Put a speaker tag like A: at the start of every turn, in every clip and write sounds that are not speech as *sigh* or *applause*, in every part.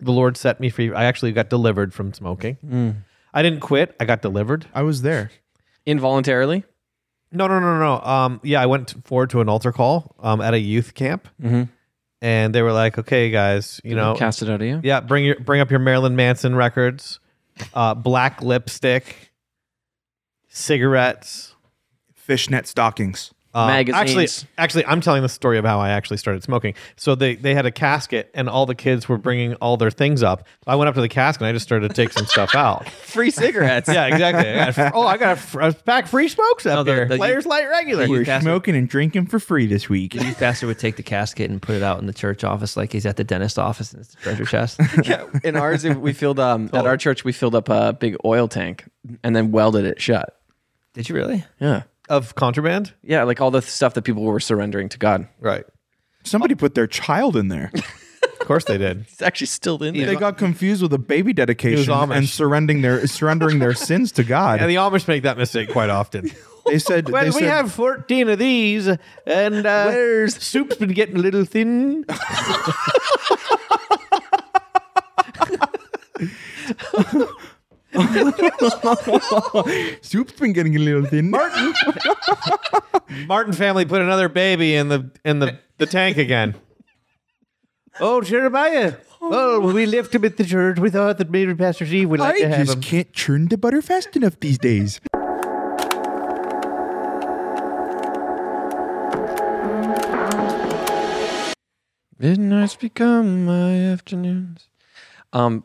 A: The Lord set me free. I actually got delivered from smoking. I didn't quit. I got delivered.
B: I was there.
C: Involuntarily?
A: No, no, no, no. no. Um, yeah, I went forward to an altar call um, at a youth camp, and they were like, "Okay, guys, you know,
C: Cast it out of you?
A: yeah, bring your bring up your Marilyn Manson records, uh, black lipstick, cigarettes,
B: Fishnet stockings.
A: um,
C: Magazines.
A: Actually, actually, I'm telling the story of how I actually started smoking. So they they had a casket, and all the kids were bringing all their things up. I went up to the casket, and I just started to take some stuff out.
C: *laughs* Free cigarettes.
A: Yeah, exactly. I got, oh, I got a, fr- a pack of free smokes up
D: No, the-
A: here.
D: the-
A: Players light regular.
B: We're
D: Casper.
B: smoking and drinking for free this week.
D: The youth pastor would take the casket and put it out in the church office like he's at the dentist office in his treasure chest.
C: Yeah, in ours, if we filled *laughs* um, at our church, we filled up a big oil tank and then welded it shut.
D: Did you really?
C: Yeah,
A: of contraband,
C: yeah, like all the stuff that people were surrendering to God.
A: right?
B: Somebody put their child in
A: *laughs*
B: there.
A: Of course they did.
C: It's actually still in there.
B: They got confused with a baby dedication
A: Amish.
B: and surrendering their surrendering their sins to God.
A: And the Amish make that mistake quite
C: *laughs*
A: often.
B: they said,
A: Well,
B: they
A: we
B: said-
A: have 14 of these, and uh,
C: Where's-
A: soup's been getting a little thin.
B: soup's been getting a little thin.
A: Martin family put another baby in the in the, the tank again. *laughs* Oh, Jeremiah. Well, Oh, we left him at the church. We thought that maybe Pastor Steve would like
B: I
A: to have
B: just
A: him.
B: can't churn the butter fast enough these days.
C: Midnight's become my afternoons. Um,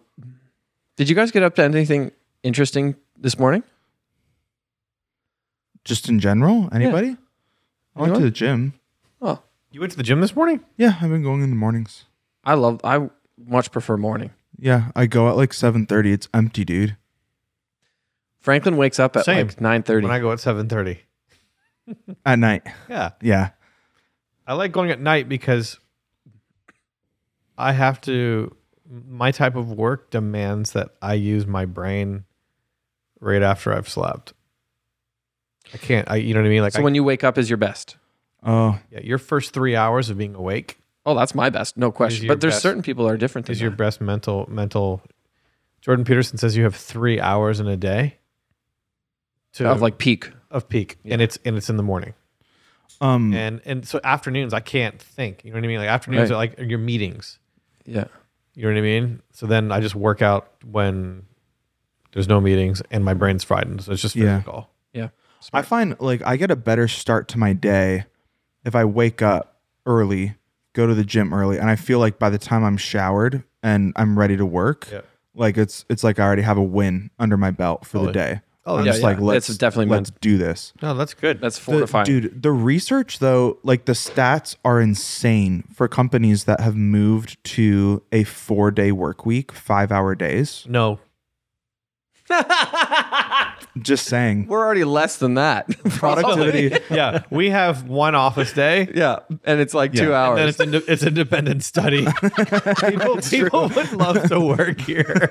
C: did you guys get up to anything interesting this morning?
B: Just in general, anybody? I went
C: Anyone?
B: to the gym.
C: Oh,
A: You went to the gym this morning?
B: Yeah, I've been going in the mornings.
C: I love. I much prefer morning.
B: Yeah, I go at like seven thirty. It's empty, dude.
C: Franklin wakes up at
A: Same.
C: like nine thirty.
A: When I go at 7.30.
B: At night,
A: Yeah.
B: yeah.
A: I like going at night because I have to. My type of work demands that I use my brain right after I've slept. I can't. I you know what I mean? Like
C: So
A: I-
C: when you wake up is your best.
B: Oh,
A: yeah, your first three hours of being awake
C: Oh, that's my best, no question.
A: your
C: But there's
A: best-
C: certain people that are different. Than
A: is your
C: that.
A: best mental mental. Jordan Peterson says you have three hours in a day to
C: of like peak?
A: of peak, and it's and it's in the morning.
B: um,
A: And and so afternoons I can't think. You know what I mean? Like afternoons
C: Mm. Right.
A: are like your meetings.
C: Yeah.
A: You know what I mean? So then I just work out when there's no meetings and my brain's frightened. So it's just
B: Yeah.
A: physical.
C: Yeah.
B: I find like I get a better start to my day if I wake up early, go to the gym early, and I feel like by the time I'm showered and I'm ready to work,
A: Yeah.
B: like it's it's like I already have a win under my belt for the day. Oh, I'm
C: yeah,
B: just
C: yeah.
B: like let's
C: It's definitely
B: let's do this.
A: No, that's good.
C: That's
B: The-
C: fortifying.
B: dude, the research though, like the stats are insane for companies that have moved to a four day work week, five hour days.
A: no.
B: Just saying.
C: We're already less than that.
B: Productivity.
A: yeah. We have one office day.
C: yeah, and it's like two
B: Yeah.
A: And then
C: hours.
A: it's, ind- it's independent
B: *laughs*
A: study. people people would love to work here.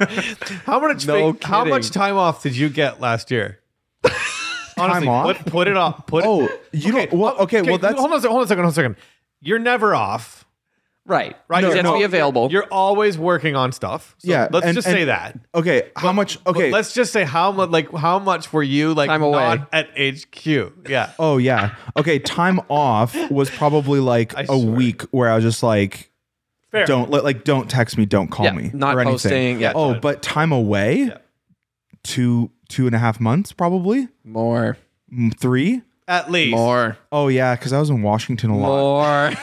A: How much
C: No
A: fa- how much
C: kidding.
A: time off did you get last year? Honestly,
B: Time off?
A: Put, put it off. Put
B: *laughs* Oh, you don't. Well, okay. well, that's
A: hold on, a sec- hold on a second. Hold on a second. You're never off.
C: right.
A: Right,
C: You
A: you're
C: have to
A: al-
C: be available.
A: You're always working on stuff. So
B: Yeah,
A: let's
B: and-
A: just
B: and-
A: say that.
B: okay. How much? Okay.
A: But let's just say how much, like how much were you like
C: Time away.
A: not at HQ? Yeah,
B: Oh yeah. Okay, time off was probably like
A: I
B: a
A: swear.
B: week where I was just like
A: fair.
B: don't let like don't text me, don't call
C: Yeah,
B: me.
C: not
B: or anything.
C: posting, yeah.
B: Oh, but time away two two and a half months probably.
C: more,
B: Mm, Three?
A: at least.
C: more,
B: Oh yeah, because I was in Washington a lot.
C: more.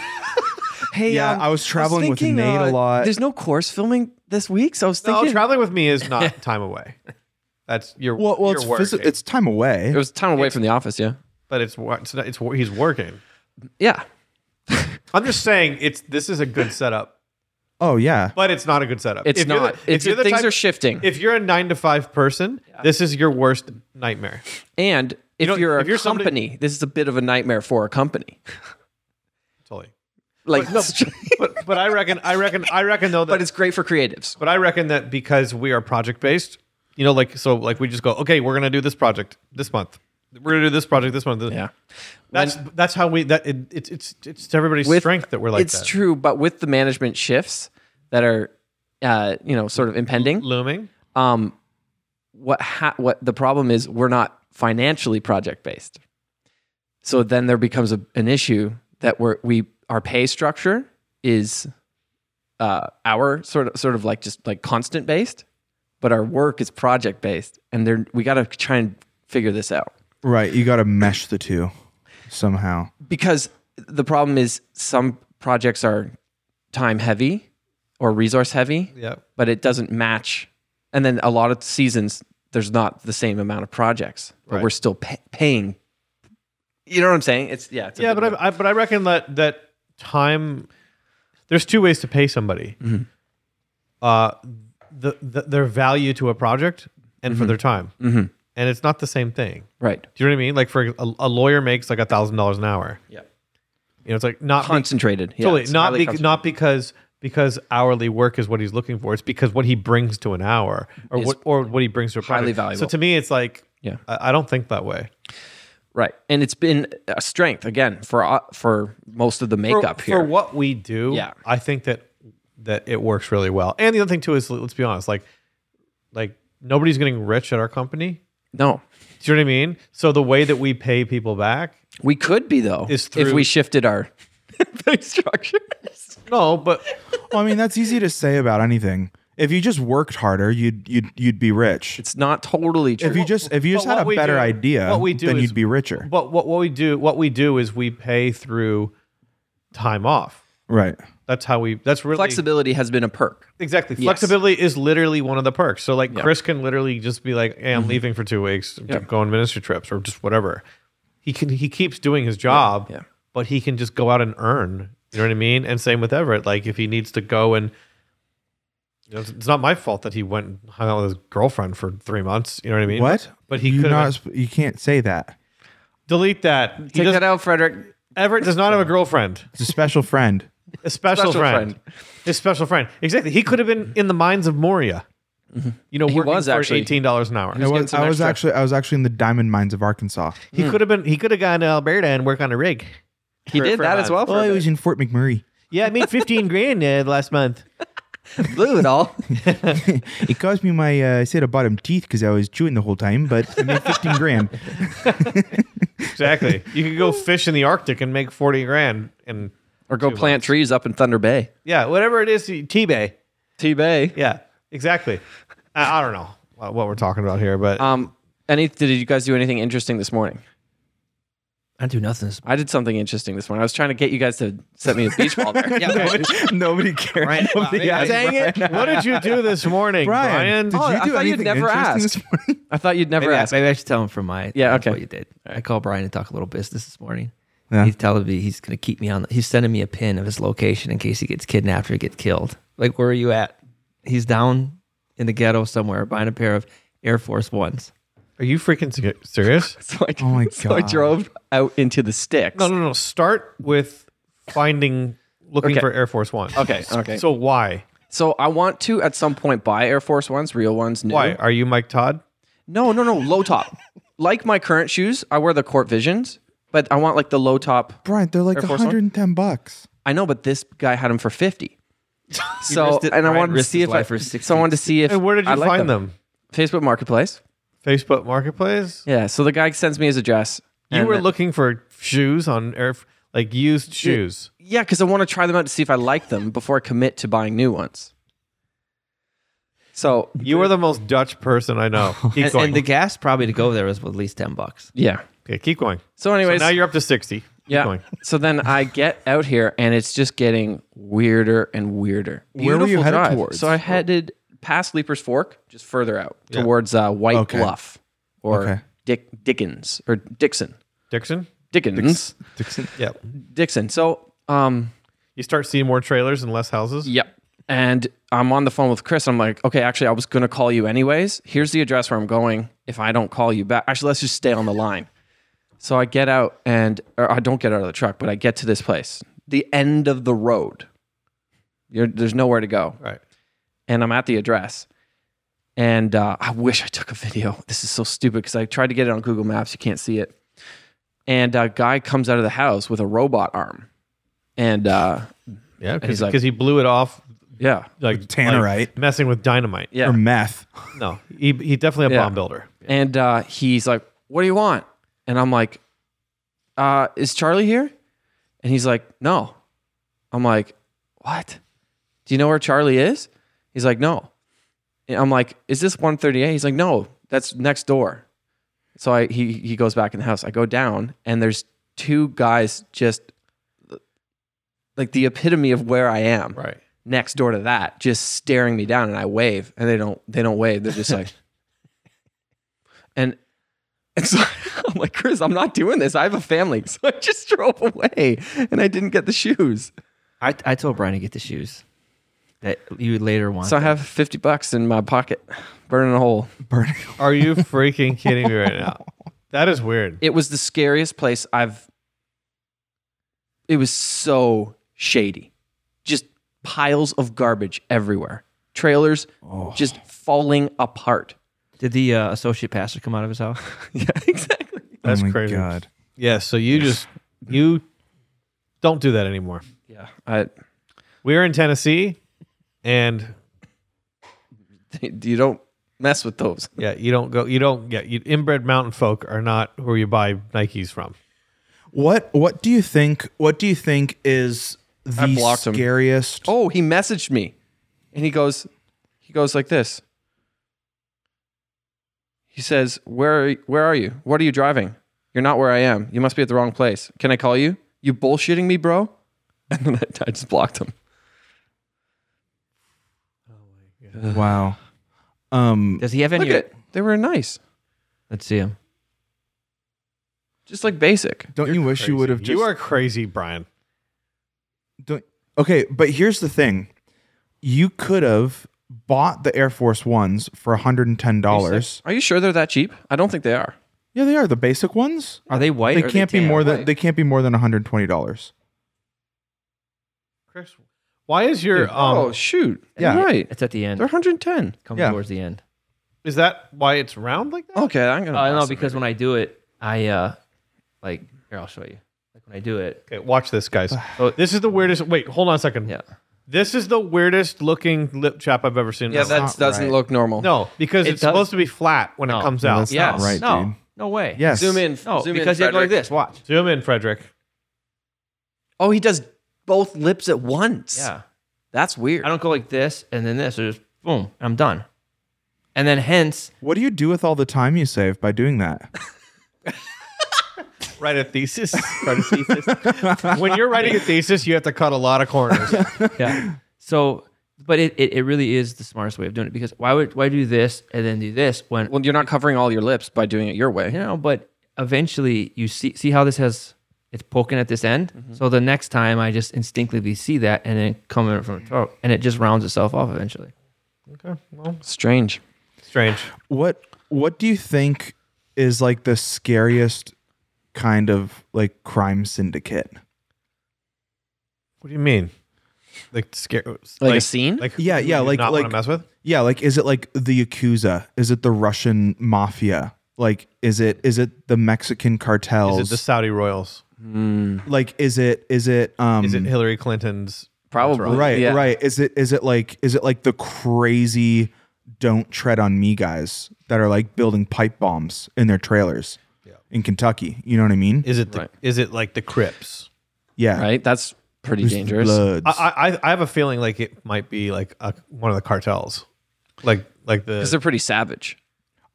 C: hey,
B: Yeah,
C: um,
B: I was traveling with
C: thinking,
B: Nate a
C: uh,
B: lot.
C: There's no course filming this week, so I was
A: No,
C: thinking
A: traveling with me is
B: *laughs*
A: not time away. That's your
B: Well, well,
A: your
B: it's
A: work.
B: phys- it's time away.
C: it was time away from the office. Yeah,
A: but it's wor- it's, not, it's wor- he's working.
C: yeah.
A: I'm just saying it's this is a good setup,
B: oh yeah.
A: but it's not a good setup.
C: It's
A: If you're the-
C: not.
A: if
C: it's
A: you're the
C: things
A: type-
C: are shifting.
A: If you're a nine to five person, this is your worst nightmare.
C: and if
A: know,
C: you are a
A: if you're
C: company,
A: somebody-
C: this is a bit of a nightmare for a company.
A: Totally.
C: Like,
A: *laughs* But but I reckon I reckon I reckon though that
C: *laughs* but it's great for creatives.
A: But I reckon that because we are project based, you know, like so, like we just go, okay, we're gonna do this project this month. We're gonna do this project this month.
C: Yeah.
A: that's that's how we that it, it's it's it's to everybody's
C: With-
A: strength that we're like
C: it's
A: that.
C: true but with the management shifts that are uh, you know, sort of impending.
A: Looming.
C: Um, what ha- what the problem is, we're not financially project based. So then there becomes a, an issue that we're, we our pay structure is uh, our sort of sort of like just like constant based, but our work is project based, and there we got to try and figure this out
B: Right. You got to mesh the two somehow.
C: because the problem is some projects are time heavy or resource heavy
A: Yep.
C: but it doesn't match and then a lot of seasons there's not the same amount of projects but
A: Right.
C: we're still pa- paying you know what i'm saying it's yeah it's a
A: yeah,
C: bit
A: but
C: of a-
A: I, I but I reckon that that time. There's two ways to pay somebody.
C: Mm-hmm.
A: Uh, the, the their value to a project and for their time,
C: Mhm.
A: and it's not the same thing.
C: right
A: Do you know what I mean? Like for a, a lawyer makes like a thousand dollars an hour.
C: yeah
A: You know, it's like not be-
C: concentrated yeah,
A: totally
C: it's
A: not
C: highly
A: bec
C: concentrated.
A: not because because hourly work is what he's looking for. It's because what he brings to an hour or
C: Is
A: what or what he brings to a
C: highly
A: project. So
C: valuable.
A: to me, it's like
C: Yeah.
A: I, I don't think that way.
C: right and it's been a strength again for uh, for most of the
A: for,
C: makeup
A: for
C: here
A: what we do.
C: Yeah.
A: I think that that it works really well. And the other thing too is let's be honest, like like nobody's getting rich at our company.
C: no
A: Do you know what I mean? So the way that we pay people back,
C: we could be though
A: Is
C: if
A: through-
C: we shifted
A: *laughs*
C: our pay structures
A: no, but
B: Well, I mean, that's easy to say about anything. If you just worked harder, you'd you'd you'd be rich.
C: it's not totally true
B: If you just if you
A: but
B: just had
A: what
B: a
A: we
B: better
A: do-
B: idea,
A: what we do
B: then
A: is-
B: you'd be richer.
A: but what, what we do what we do is we pay through time off.
B: Right.
A: That's how we that's really
C: flexibility has been a perk
A: Exactly.
C: Yes.
A: Flexibility is literally one of the perks. So like Chris can literally just be like, "Hey, I'm
C: Mm-hmm.
A: leaving for 2 weeks to go on ministry trips or just whatever." He can he keeps doing his job,
C: Yeah.
A: but he can just go out and earn. You know what I mean? And same with Everett, like if he needs to go and you know, it's- it's not my fault that he went and hung out with his girlfriend for 3 months, you know what I mean?
B: What?
A: But he
B: you
A: could
B: not
A: not
B: sp- you can't say that.
A: delete that. He
C: take
A: does-
C: that out frederick
A: Everett does not have a
C: *laughs*
A: girlfriend.
B: It's a special *laughs* friend.
A: A special,
C: Special
A: friend. His special friend. Exactly. He could have been in the mines of Moria. You know,
C: He
A: working
C: was
A: for
C: actually.
A: $18 an hour.
B: I
C: getting
B: was,
C: some
B: I was
C: extra.
B: actually I was actually in the diamond mines of Arkansas.
A: He could have been. He could have gone to Alberta and work on a rig.
C: he
A: For-
C: did
A: for
C: that
A: a
C: as
A: month.
C: well for
B: Oh,
C: a
B: I
C: bit.
B: was in Fort McMurray.
A: Yeah, I made fifteen *laughs* grand uh, last month.
C: blew it all.
B: It cost me my uh, set of bottom teeth because I was chewing the whole time, but I made fifteen grand.
A: Exactly. you could go fish in the Arctic and make forty grand, and
C: *laughs* or go plant trees up in Thunder Bay.
A: yeah, whatever it is, T Bay.
C: T Bay.
A: Yeah, exactly. I, I don't know what what we're talking about here, *laughs* but
C: Um, any did you guys do anything interesting this morning?
D: I do nothing. this-
C: I did something interesting this morning. I was trying to get you guys to set me a beach ball *laughs* there.
D: Yeah, okay.
B: *laughs* Nobody cared.
D: Right. Wow,
B: Nobody
D: yeah,
B: asked
A: dang it! What did you do this morning, Brian?
B: Brian, did
C: Oh, I
B: you do
C: thought you'd
B: anything
C: never
B: interesting
C: asked.
B: this morning? *laughs*
C: I thought you'd never
D: maybe, I,
C: ask.
D: maybe I should tell him from my.
C: Yeah,
D: that's
C: okay.
D: What you did. I called Brian to talk a little business this morning.
B: Yeah.
D: He's telling me he's going to keep me on. The, he's sending me a pin of his location in case he gets kidnapped or gets killed. Like, where are you at? He's down in the ghetto somewhere buying a pair of Air Force Ones.
A: Are you freaking se- serious?
C: *laughs* So I,
B: Oh my
C: so I
B: God.
C: drove out into the sticks.
A: No, no, no. Start with finding, looking
C: Okay.
A: for Air Force One.
C: Okay, okay.
A: So why?
C: So I want to at some point buy Air Force Ones, real ones, new.
A: Why are you Mike Todd?
C: No, no, no, low
B: *laughs*
C: top. like my current shoes, I wear the Court Visions, but I want like the low top.
B: Brian, they're like
C: Air Force One?
B: 110 bucks.
C: I know, but this guy had them
A: *laughs*
C: for fifty. So
D: risked it-
C: and I
D: Brian
C: wanted to
D: risked
C: see
D: his
C: if I,
D: life for
C: so I wanted to see if
A: And where did you
C: I like
A: find them?
C: Facebook Marketplace.
A: Facebook Marketplace.
C: Yeah. So the guy sends me his address.
A: You
C: and- uh,
A: were looking for shoes on Air, like used shoes.
C: yeah, because I want to try them out to see if I like them before I commit to buying new ones. So
A: You are the most Dutch person I
C: *laughs*
A: know. Keep
D: And,
A: going.
D: and the gas probably to go there was at least ten bucks.
C: yeah.
A: okay, keep going.
C: So
A: So
C: anyways,
A: now you're up to sixty. Keep
C: yeah.
A: going.
C: So then I get out here and it's just getting weirder and weirder.
B: Where were you
C: Beautiful
B: headed
C: drive.
B: towards?
C: So I headed past Leaper's Fork, just further out towards uh, White
B: Okay.
C: Bluff or
B: Okay.
C: Dick Dickens or Dixon.
A: Dixon.
C: Dickens.
B: Dixon.
A: Yeah.
C: Dixon. So um
A: You start seeing more trailers and less houses.
C: Yep. And I'm on the phone with Chris. I'm like, okay, actually, I was going to call you anyways. Here's the address where I'm going. If I don't call you back, actually, let's just stay on the line. So I get out and, or I don't get out of the truck, but I get to this place, the end of the road. You're, there's nowhere to go.
A: Right.
C: And I'm at the address. And uh, I wish I took a video. *laughs* This is so stupid because I tried to get it on Google Maps. You can't see it. And a guy comes out of the house with a robot arm. And uh,
A: Yeah.
C: he's
A: Because
C: like-
A: he blew it off
C: Yeah.
A: like
B: Tannerite.
A: like messing with dynamite.
C: Yeah.
B: or meth. *laughs*
A: No, he he definitely a
C: Yeah.
A: bomb builder.
C: And uh, he's like, What do you want? And I'm like, uh, Is Charlie here? And he's like, No. I'm like, What? Do you know where Charlie is? He's like, No. And I'm like, Is this 138? He's like, No, that's next door. So I, he, he goes back in the house. I go down, and there's two guys just like the epitome of where I am
A: Right.
C: next door to that just staring me down and I wave and they don't they don't wave they're just like and and so *laughs* I'm like Chris I'm not doing this I have a family *laughs* so I just drove away and I didn't get the shoes
D: I, I told Brian to get the shoes that you would later want.
C: so I have 50 bucks in my pocket burning a hole
B: Burning.
A: Are you freaking kidding me right now? That is weird.
C: it was the scariest place I've it was so shady just piles of garbage everywhere trailers just falling apart *laughs*
D: Did the uh, associate pastor come out of his house? *laughs*
C: yeah exactly
A: That's
B: oh my
A: crazy.
B: God.
A: Yeah. So you just you don't do that anymore.
C: yeah I
A: We are in Tennessee, and
C: *laughs* you don't mess with those.
A: yeah, you don't go. You don't. Yeah, you, inbred mountain folk are not who you buy Nikes from.
B: What What do you think? What do you think is
C: I
B: the
C: blocked him.
B: scariest?
C: Oh, he messaged me, and he goes, he goes like this. He says, "Where, are- where are you? What are you driving? You're not where I am. You must be at the wrong place. Can I call you? You bullshitting me, bro?" *laughs* And then I, I just blocked him.
B: Wow. Um.
D: Does he have
C: Look
D: any?
C: at, they were nice,
D: Let's see him.
C: just like basic.
B: Don't you wish you would have just?
A: You are crazy, Brian.
B: Don't, okay, but here's the thing: you could have bought the Air Force Ones for 110 dollars.
C: Are you sure they're that cheap? I don't think they are.
B: Yeah, they are the basic ones.
D: Are they white?
B: They
D: or are
B: can't be
D: tan?
B: more than
C: Right.
B: they can't be more than 120 dollars.
A: Chris, why is your um?
C: oh shoot!
B: yeah.
C: Yeah, right.
D: It's at the end.
C: They're 110.
D: Coming
B: yeah.
D: towards the end.
A: is that why it's round like
B: Oh.
A: that?
C: Okay, I'm gonna.
D: Oh, I
C: buy
D: know
C: some.
D: because when I do it, I uh, like here I'll show you. Like when I do it,
A: Okay, watch this, guys.
B: *sighs*
D: Oh.
A: this is the weirdest. Wait, hold on a second.
D: yeah.
A: This is the weirdest looking lip chap I've ever seen. in
C: yeah,
A: my life.
C: that doesn't
B: right.
C: look normal.
A: no, because
D: It
A: it's
D: does-
A: supposed to be flat when
D: No.
A: it comes
B: No,
A: out.
B: that's not
D: Yes.
B: right,
D: no.
B: dude.
D: No way.
B: Yes.
C: Zoom in.
D: No,
C: zoom in,
D: because you have to go like
C: Frederick.
D: this. Watch.
A: Zoom in, Frederick.
C: Oh, he does both lips at once.
D: Yeah.
C: That's weird.
D: I don't go like this and then this. Or just boom. I'm done. And then hence
B: What do you do with all the time you save by doing that?
A: Write a
C: *laughs*
A: thesis. Write a thesis. *laughs* when you're writing a thesis, you have to cut a lot of corners.
C: *laughs*
D: yeah. So, but it, it, it really is the smartest way of doing it because why would why do this and then do this when
C: well, you're not covering all your lips by doing it your way.
D: you know? But eventually, you see see how this has it's poking at this end. So the next time, I just instinctively see that and then coming from the top, and it just rounds itself off eventually.
A: okay, well,
C: Strange.
A: strange.
B: what What do you think is like the scariest kind of like crime syndicate?
A: What do you mean? Like scare?
C: Like, a scene?
A: Like
B: Yeah,
A: who
B: yeah,
A: you do
B: like-
A: not wanna
B: like-
A: mess with.
B: Yeah, like is it like the Yakuza? Is it the Russian mafia? Like is it is it the Mexican cartels?
A: Is it the Saudi royals?
B: like is it is it um
A: Is it
C: Mm.
A: Hillary Clinton's?
C: Probably.
B: right
C: yeah.
B: right is it is it like is it like the crazy don't tread on me guys that are like building pipe bombs in their trailers in Kentucky you know what I mean
A: Is it the?
C: Right.
A: Is it like the Crips?
B: yeah
C: Right? That's pretty
B: Who's the
C: dangerous.
B: Bloods?
A: I, I I have a feeling like it might be like a, one of the cartels, like like
C: Because
A: the
C: they're pretty savage.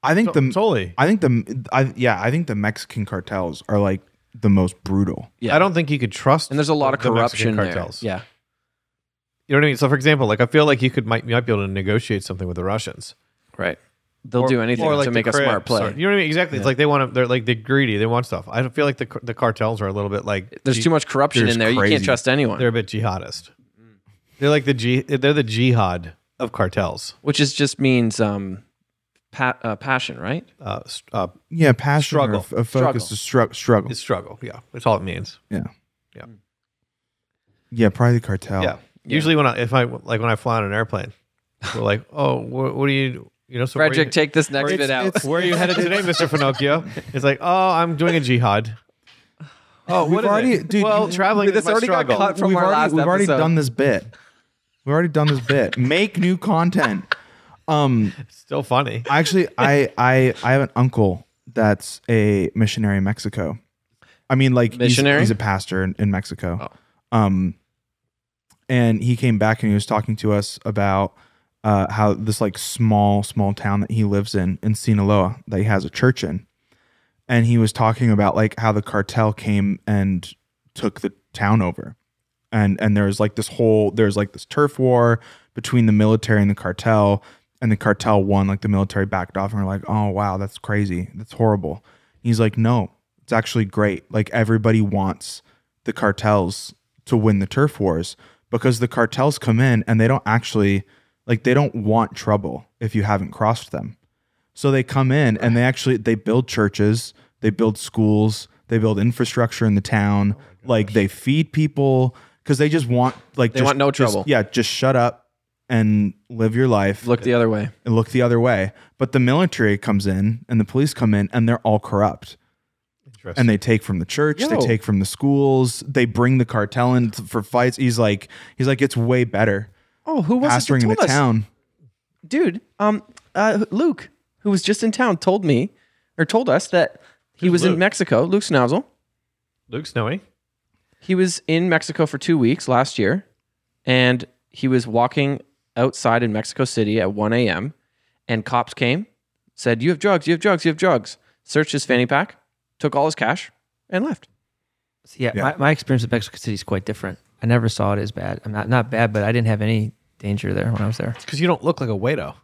B: I think the
A: totally.
B: I think the I, yeah I think the Mexican cartels are like the most brutal
C: Yeah.
A: I don't think you could trust.
C: And there's a lot
A: the-
C: of
A: the
C: corruption
A: Mexican
C: there.
A: cartels.
C: Yeah.
A: you know what I mean. So for example, like I feel like you could might you might be able to negotiate something with the Russians.
C: Right. They'll
A: Or-
C: do anything
A: or like
C: to
A: the
C: make a smart
A: Crips
C: play.
A: or- you know what I mean? Exactly. It's like they want to. They're like they're greedy. They want stuff. I don't feel like the car- the cartels are a little bit like
C: There's
A: je-
C: too much corruption
B: There's
C: in there. You
B: crazy-
C: can't trust anyone,
A: They're a bit jihadist. They're like the G. They're the jihad of cartels.
C: which is just means um, pa- uh, passion, right?
A: Uh, s- uh,
B: yeah passion or
A: Struggle.
B: f- a focus to stru- struggle
A: it's struggle. Yeah, that's all it means.
B: yeah
A: Yeah.
B: yeah probably the cartel
A: Yeah. Usually when I if I like when I fly on an airplane, we're like, *laughs* oh, wh- what do you you know? So where
C: Frederick,
A: you-
C: take this next
A: It's-
C: bit out.
B: it's-
A: Where are you *laughs* headed today, Mr. Finocchio? It's like, oh, I'm doing a *laughs* jihad. Oh,
B: We've
A: what is
B: already-
A: it?
B: dude,
A: well,
B: you-
A: traveling
C: This
A: is my
C: already got
A: struggle.
C: cut. from
B: we've
C: our
B: already
C: last
B: we've already
C: episode.
B: done this bit We've already done this
C: *laughs*
B: bit. Make new content. Um,
A: Still funny.
B: actually, I I I have an uncle that's a missionary in Mexico. I mean, like he's-
C: Missionary? Oh.
B: He's, a pastor in, in Mexico. Um, and he came back and he was talking to us about uh, how this like small small town that he lives in in Sinaloa that he has a church in, and he was talking about like how the cartel came and took the town over and and there's like this whole there's like this turf war between the military and the cartel and the cartel won like the military backed off and we're like oh wow that's crazy that's horrible he's like no it's actually great like everybody wants the cartels to win the turf wars because the cartels come in and they don't actually like they don't want trouble if you haven't crossed them so they come in and they actually they build churches, they build schools, they build infrastructure in the town. like they feed people because they just want like
C: They
B: just-
C: want no
B: just-
C: trouble.
B: yeah, just shut up and live your life
C: Look the other way.
B: and look the other way. But the military comes in and the police come in and they're all corrupt.
A: Interesting.
B: And they take from the church, they
C: Yo.
B: take from the schools, they bring the cartel in t- for fights. He's like, he's like, it's way better
C: Oh, who was
B: pastoring in the town.
C: dude? Um, uh, Luke, who was just in town, told me or told us that he
A: Who's
C: was
A: Luke?
C: in Mexico. Luke Schnauzel.
A: Luke Snowy.
C: He was in Mexico for two weeks last year, and he was walking outside in Mexico City at 1 a.m. And cops came, said, "You have drugs. You have drugs. You have drugs." Searched his fanny pack, took all his cash, and left.
D: So yeah, My, my experience with Mexico City is quite different. I never saw it as bad. I'm not not bad, but I didn't have any danger there when I was *laughs* there.
A: Because you don't look like a weirdo.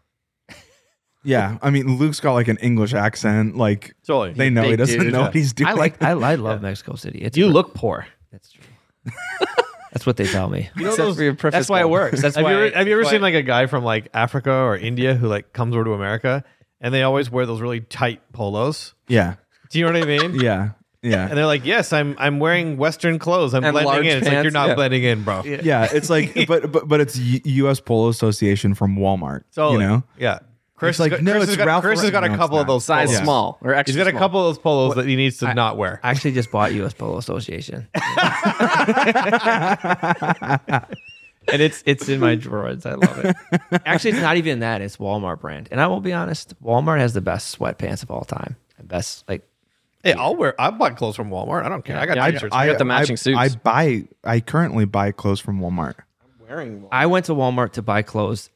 B: Yeah. I mean, Luke's got like an English accent. Like
A: Totally. *laughs*
B: they know he
C: big
B: doesn't
C: dude,
B: know
A: yeah.
B: what he's doing.
D: I like I, I love Mexico City. It's
A: you look poor.
D: that's *laughs* true. that's what they tell me.
A: You know
C: Except for your preface
A: that's why it
C: one.
A: works.
D: That's
A: have
D: why-
A: you ever, have you ever
D: that's why-
A: seen like a guy from like Africa or India who like comes over to America and they always wear those really tight polos?
B: *laughs* Yeah.
A: Do you know what I *laughs* mean?
B: Yeah.
A: And
B: Yeah.
A: *laughs* they're like, yes, I'm I'm wearing Western clothes. I'm
C: And large
A: blending in. It's like
C: pants,
A: you're not
C: yeah.
A: blending in, bro. Yeah.
B: Yeah. It's like, but, but, but it's U- U.S. Polo Association from Walmart.
A: Totally.
B: You know?
A: Yeah. Chris,
B: like,
A: has got,
B: no,
A: Chris
B: it's
A: has got,
B: Ralph
A: Chris has got
B: Lauren.
A: a
B: No, it's
A: couple of
B: not.
A: those
C: *laughs* Size
A: polos.
C: small or extra
A: He's got a
C: small.
A: couple of those polos that he needs to not wear.
D: I actually just bought U.S. Polo Association, *laughs* and it's it's in my drawers. I love it. Actually, it's not even that; it's Walmart brand. And I will be honest, Walmart has the best sweatpants of all time. The best, like
A: hey, I'll wear. I bought clothes from Walmart. I don't care. I got
C: Yeah,
A: t-shirts.
C: I got the matching suits.
B: I buy, I currently buy clothes from Walmart.
C: Wearing one.
D: I went to Walmart to buy clothes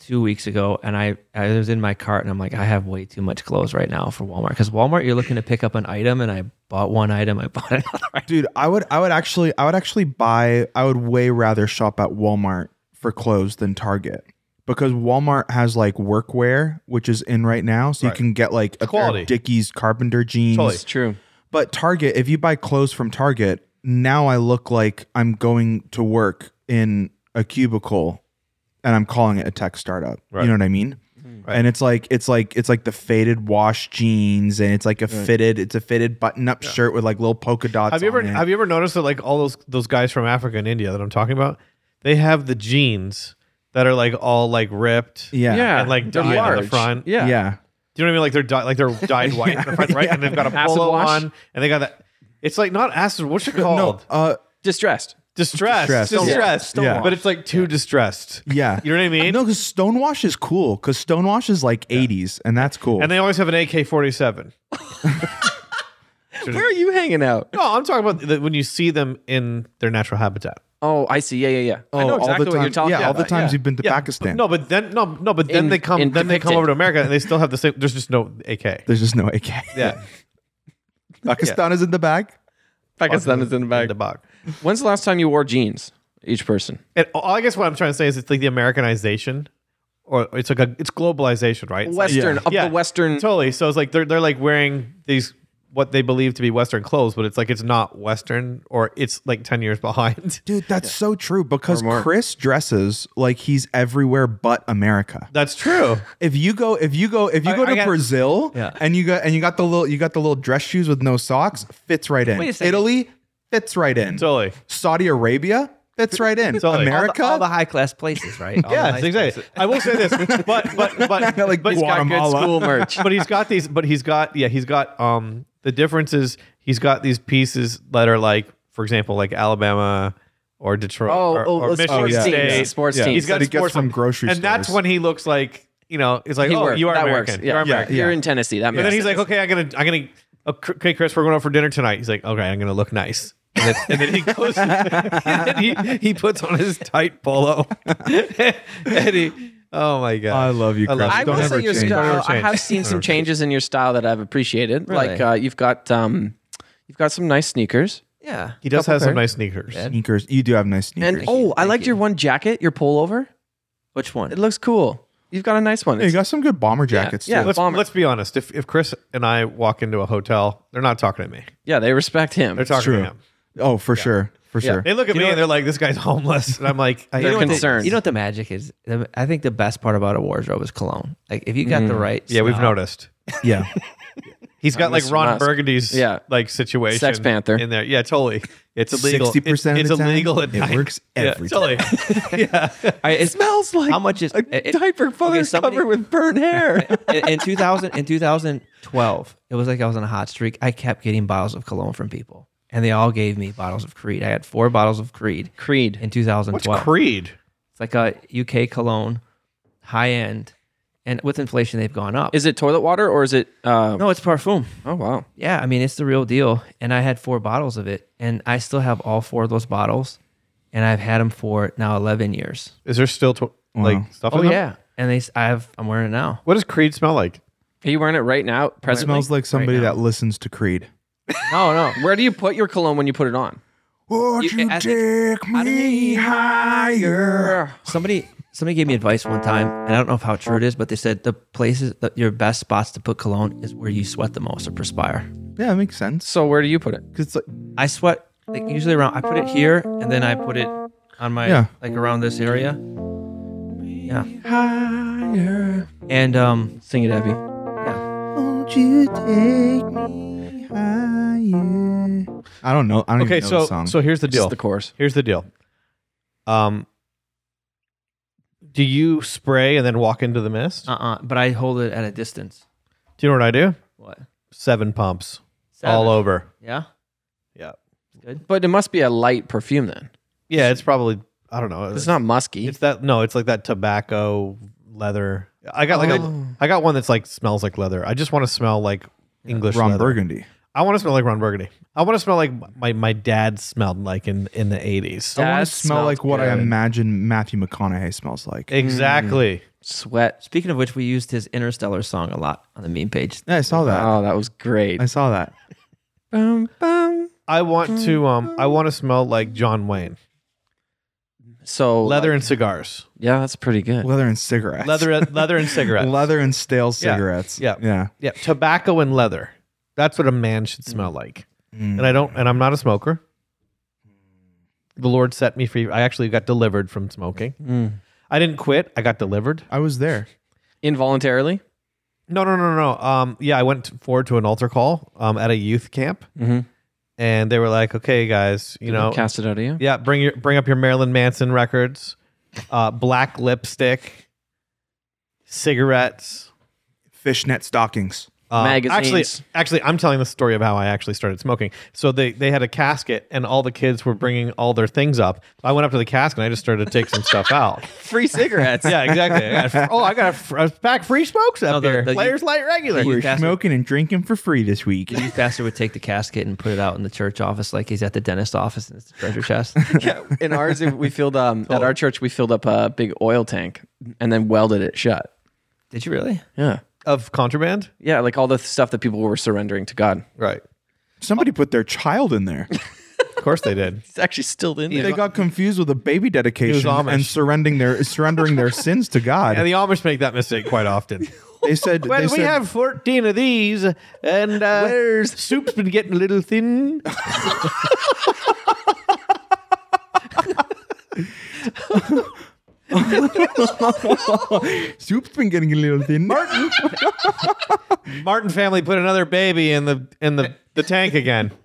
D: two weeks ago, and I, I was in my cart, and I'm like, I have way too much clothes right now for Walmart because Walmart, you're looking to pick up an item, and I bought one item, I bought *laughs* another. item.
B: Dude, I would, I would actually, I would actually buy, I would way rather shop at Walmart for clothes than Target because Walmart has like workwear, which is in right now. So
A: Right.
B: you can get like a pair
A: quality.
B: of Dickies carpenter jeans.
A: Totally.
C: It's true.
B: But Target, if you buy clothes from Target, now I look like I'm going to work in a cubicle and I'm calling it a tech startup.
A: Right. Mm-hmm.
B: You know what I mean?
A: Right.
B: And it's like it's like it's like the faded wash jeans and it's like a fitted it's a fitted button up shirt with like little polka dots.
A: Have you ever
B: on it.
A: have you ever noticed that like all those those guys from Africa and India that I'm talking about, they have the jeans that are like all like ripped,
B: yeah.
C: Yeah.
A: and like
C: They're
A: dyed in the
C: large.
A: front.
C: Yeah.
B: Yeah.
A: Do you know what I mean? Like they're di- like they're *laughs* dyed white in the front, right? And they've got a
C: Acid
A: polo
C: wash?
A: on, and they got that. It's like not acid. What's it
B: No,
A: called?
B: uh
C: Distressed.
A: distressed.
B: Distressed.
A: Distressed.
B: Stonewashed. Yeah.
A: But it's like too distressed.
B: yeah.
A: You know what I mean?
B: No, because Stonewash is cool. Because Stonewash is like 80s, and that's cool.
A: And they always have an AK forty seven.
C: Where are you hanging out?
A: No, I'm talking about the, when you see them in their natural habitat.
C: Oh, I see. Yeah, yeah, yeah. I
B: Oh,
C: know
B: all
C: exactly
B: the
C: what
B: time-
C: you're talking
B: yeah,
C: about.
B: all the times
C: yeah.
B: you've been to
A: Yeah,
B: Pakistan.
A: But, no, but then no, no, but then
C: In-
A: they come. Then
C: in
A: they come
C: depicted.
A: over to America and they still have the same. There's just no AK.
B: There's just no AK.
A: Yeah,
B: *laughs* Pakistan is in the bag.
C: Pakistan is in the back.
A: the bug.
C: When's the last time you wore jeans? Each person.
A: And all, I guess what I'm trying to say is it's like the Americanization, or it's like a it's globalization, right? It's like-
C: Western
B: Yeah.
C: of the Western.
A: totally. So it's like they're they're like wearing these what they believe to be Western clothes, but it's like it's not Western, or it's like ten years *laughs* behind.
B: Dude, that's so true because
C: more.
B: Chris dresses like he's everywhere but America.
A: That's true.
B: If you go, if you go, if you
A: I-
B: go
A: I
B: to
A: got-
B: Brazil
D: Yeah.
B: and you got and you got the little you got the little dress shoes with no socks, fits right in.
D: Wait a second.
B: Italy fits right in.
A: Totally.
B: Saudi Arabia fits right in.
A: Totally.
B: America,
D: all the high class places, right? All the
A: Yeah,
D: nice
A: exactly. I will say this, but but but
B: *laughs* Like
A: but
B: Guam-
C: Got good
B: Guatemala.
C: school *laughs* merch.
A: but he's got these but he's got yeah he's got um the difference is he's got these pieces that are like for example like alabama or Detroit
C: Oh,
A: or,
C: oh,
A: or
C: let's-
A: Michigan
B: oh, yeah.
A: State.
B: Yeah.
C: Sports
B: Yeah.
C: teams.
A: He's got
B: That he
A: sports
B: gets from
A: from-
B: grocery
A: and that's
B: stores.
A: when he looks like you know it's like
C: He
A: oh
C: worked.
A: you are
C: that
A: American
C: Works.
A: you are
C: Yeah.
A: American
C: You're
B: Yeah.
C: in Tennessee. That
A: but
C: makes
A: then he's
C: sense.
A: like okay I'm gonna I'm gonna okay Chris we're going out for dinner tonight he's like okay I'm gonna look nice and then, and then he goes *laughs* and then he he puts on his tight polo *laughs* and he oh my god
B: I love you,
A: I
B: Chris.
A: love
C: I
A: Don't
C: will
A: ever
C: say your
A: change. Don't
C: style.
A: ever
C: I have
A: change.
C: seen
A: Don't
C: some
A: ever change.
C: changes in your style that I've appreciated.
D: Really?
C: Like uh, you've got um, you've got some nice sneakers.
D: Yeah.
A: he does
C: Couple
A: have some
C: pairs.
A: nice sneakers
D: Yeah.
B: sneakers. You do have nice sneakers.
C: And oh, I
D: Thank
C: liked
D: you.
C: your one jacket, your pullover.
D: Which one?
C: It looks cool. You've got a nice one.
B: Yeah, you
C: It's-
B: got some good bomber jackets
C: yeah.
B: too.
A: let's
C: Bomber.
A: let's be honest if if Chris and I walk into a hotel they're not talking to me
C: yeah, they respect him.
A: they're talking
B: true.
A: to him
B: Oh, for sure, for
C: Yeah.
A: *laughs*
B: sure.
A: they look at me and they're like this guy's homeless and I'm like I-
C: They're
A: you know what they-
C: concerned.
D: You know what the magic is? The- I think the best part about a wardrobe is cologne. Like if you got
C: Mm.
D: the right,
A: yeah we've
D: smell-
A: noticed
B: Yeah,
A: He's got like
C: Mr.
A: Ron
C: Uh, Musk.
A: Burgundy's
C: Yeah.
A: like situation.
C: Sex Panther.
A: in there. Yeah, totally. It's illegal.
B: sixty percent of
A: It's,
B: the
A: it's
B: time,
A: illegal at
B: it
A: night.
B: works
A: *laughs* Yeah,
B: every time.
A: totally.
D: All right, it's-
C: smells *laughs* like
D: how much is
C: a
D: it- it-
C: diaper
D: okay,
C: fuller's
D: somebody-
C: covered with burnt
D: *laughs*
C: hair.
D: in, in 2000 in 2012 it was like i was on a hot streak i kept getting bottles of cologne from people and they all gave me bottles of creed i had four bottles of creed
C: Creed.
D: in 2012
A: *laughs* What's Creed?
D: it's like a uk cologne high end and with inflation they've gone up
C: Is it toilet water or is it? Uh,
D: no it's parfum
C: Oh wow.
D: yeah i mean it's the real deal and i had four bottles of it and i still have all four of those bottles and i've had them for now 11 years
A: Is there still tw- like stuff?
D: oh
A: in them?
D: yeah and they s- i have i'm wearing it now
A: What does Creed smell like?
C: Are you wearing it right now?
B: it
C: Presently.
B: smells like somebody
D: now.
B: that listens to Creed.
D: no no
C: Where do you put your cologne when you put it on?
B: Won't
D: You- I think-
B: take
D: I don't think-
B: higher?
D: Somebody somebody gave me advice one time, and I don't know if how true it is, but they said the places that your best spots to put cologne is where you sweat the most or perspire.
B: Yeah, it makes sense.
C: So where do you put it?
B: 'Cause it's like,
D: I sweat like usually around. I put it here, and then I put it on my
B: Yeah.
D: like around this area. Yeah. And um,
C: Sing it, Abby.
B: won't you take me higher? I don't know. I don't
A: Okay,
B: even know
A: so
B: the song.
A: so here's the
C: Just
A: deal.
C: the chorus.
A: Here's the deal. Um, do you spray and then walk into the mist?
D: uh, uh but I hold it at a distance.
A: do you know what I do?
D: What?
A: Seven pumps all over.
D: Yeah.
A: Yeah.
C: But it must be a light perfume then.
A: Yeah, it's probably I don't know.
C: It's not musky.
A: It's that no, it's like that tobacco leather. I got like
C: Oh.
A: a I got one that's like smells like leather. I just want to smell like English
B: Ron
A: leather.
B: Burgundy.
A: I want to smell like Ron Burgundy. I want to smell like my my dad smelled like in in the eighties.
B: I want
C: That
B: to smell
C: smells
B: like what I
C: good.
B: imagine Matthew McConaughey smells like.
A: Exactly.
C: Sweat.
D: Speaking of which, we used his Interstellar song a lot on the meme page.
B: Yeah, I saw that.
C: Oh, that was great.
B: I saw that.
C: Bum, bum.
A: I want to um I want to smell like John Wayne.
C: So
A: Leather
C: like-
A: and cigars.
C: yeah, that's pretty good.
B: Leather and cigarettes.
A: Leather *laughs* leather and cigarettes.
B: *laughs* Leather and stale
A: Yeah.
B: cigarettes.
A: Yeah.
B: Yeah.
A: Yeah, tobacco and leather. That's what a man should smell like.
B: Mm.
A: And I don't and I'm not a smoker. The Lord set me free. I actually got delivered from smoking. I didn't quit. I got delivered.
B: I was there.
C: Involuntarily.
A: No, no, no, no. no. Um, yeah, I went forward to an altar call um, at a youth camp,
C: Mhm.
A: and they were like, "Okay, guys, you know,
C: cast it out of you.
A: yeah, bring your bring up your Marilyn Manson records, uh, black lipstick, cigarettes,
B: Fishnet stockings.
A: um, Actually,
C: Magazines.
A: actually, I'm telling the story of how I actually started smoking. So they they had a casket, and all the kids were bringing all their things up. So I went up to the casket, and I just started to take some *laughs* stuff out.
C: Free
D: *laughs*
C: cigarettes.
A: Yeah, exactly. I got, oh, I got a, fr- a pack of free smokes up
D: No, the-
A: here.
D: the-
A: Players light regular.
D: the-
B: We're
D: Casper.
B: smoking and drinking for free this week.
D: The youth pastor would take the casket and put it out in the church office, like he's at the dentist office and it's the treasure chest.
C: *laughs* yeah. In ours, if we filled *laughs* um at our church, we filled up a big oil tank and then welded it shut.
D: Did you really?
C: Yeah.
A: of contraband.
C: Yeah, like all the stuff that people were surrendering to God.
A: Right.
B: Somebody put their child in there.
A: Of course they did.
C: It's actually still in there.
B: They got confused with a baby dedication
A: Amish.
B: and surrending their
A: *laughs*
B: surrendering their sins
A: *laughs*
B: to
A: And
B: God.
A: the Amish make that mistake quite *laughs* often.
B: They said,
A: well,
B: they
A: we
B: said
A: have 14 of these, and uh,
C: Where's-
A: soup's been getting a little thin.
B: soup's been getting a little thin. *laughs*
A: Martin family put another baby in the in the, the tank again. *laughs*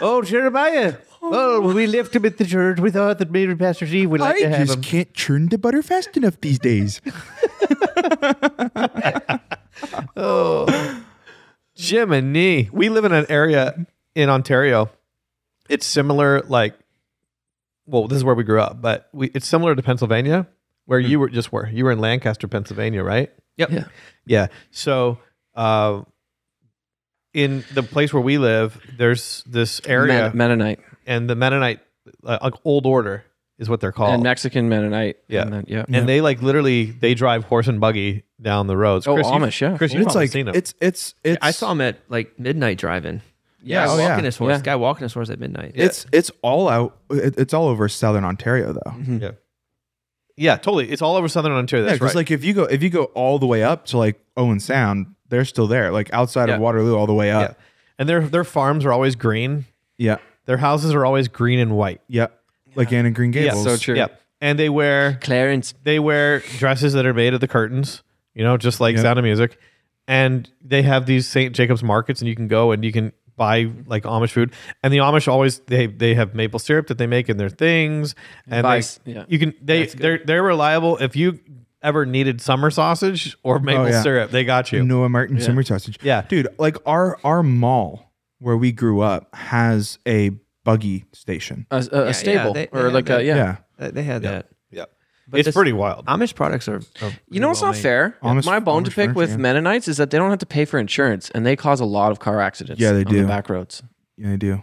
A: Oh, Jeremiah. Well, Oh, we left him at the church. We thought that maybe Pastor Steve would like
B: I
A: to have
B: just
A: him.
B: can't churn the butter fast enough these days.
A: Jim and Jiminy. We live in an area in Ontario. It's similar, like well, this is where we grew up, but we it's similar to Pennsylvania, where you were just were. You were in Lancaster, Pennsylvania, right?
D: Yep.
C: Yeah.
A: Yeah. So, uh, in the place where we live, there's this area,
C: Men- Mennonite
A: and the Mennonite uh, like old order is what they're called.
C: and Mexican Mennonite.
A: Yeah.
C: and then, Oh. yeah.
A: and they like literally they drive horse and buggy down the roads.
C: Oh,
A: you've-
C: Amish, yeah.
A: Chris,
B: But
A: you've
B: it's
A: probably
B: like
A: seen 'em.
B: it's it's it's
D: I saw him at like midnight driving.
C: Yeah,
D: Guy
B: oh, yeah.
D: walking his horse.
C: Yeah.
D: Guy walking his horse at midnight.
B: it's it's all out. it- it's all over southern Ontario though.
A: yeah, yeah, totally. It's all over southern Ontario. Mm-hmm.
B: Yeah,
A: That's
B: because
A: right.
B: like if you go if you go all the way up to like Owen Sound, they're still there. Like outside
A: Yeah.
B: of Waterloo, all the way
A: yeah,
B: up.
A: and their their farms are always green.
B: Yeah,
A: Their houses are always green and white.
B: yeah. Like Anne and Green Gables.
C: so true.
A: Yep. And they wear
C: Clarence.
A: they wear dresses that are made of the curtains, you know, just like
B: Yeah.
A: Sound of Music. And they have these St. Jacob's markets, and you can go and you can buy like Amish food. And the Amish always they they have maple syrup that they make in their things, and they-
C: Vice, yeah.
A: you can they they're they're reliable. If you ever needed summer sausage or maple
B: Oh, yeah.
A: syrup, they got you.
B: Noah Martin summer sausage.
A: Yeah.
B: dude. Like our our mall where we grew up has a buggy station.
C: A, a- a
D: yeah,
C: stable
D: they-
C: or
D: they-
C: like a
D: they-
C: yeah.
B: yeah.
D: Uh, They had that.
A: Yeah,
D: But
A: it's
D: this-
A: pretty wild.
D: Amish products are. are
C: You know what's not fair?
B: Amish-
C: My bone to
B: Amish
C: pick with
B: furniture, yeah.
C: Mennonites is that they don't have to pay for insurance and they cause a lot of car accidents.
B: Yeah, they
C: on
B: do.
C: the back roads.
B: Yeah, I do.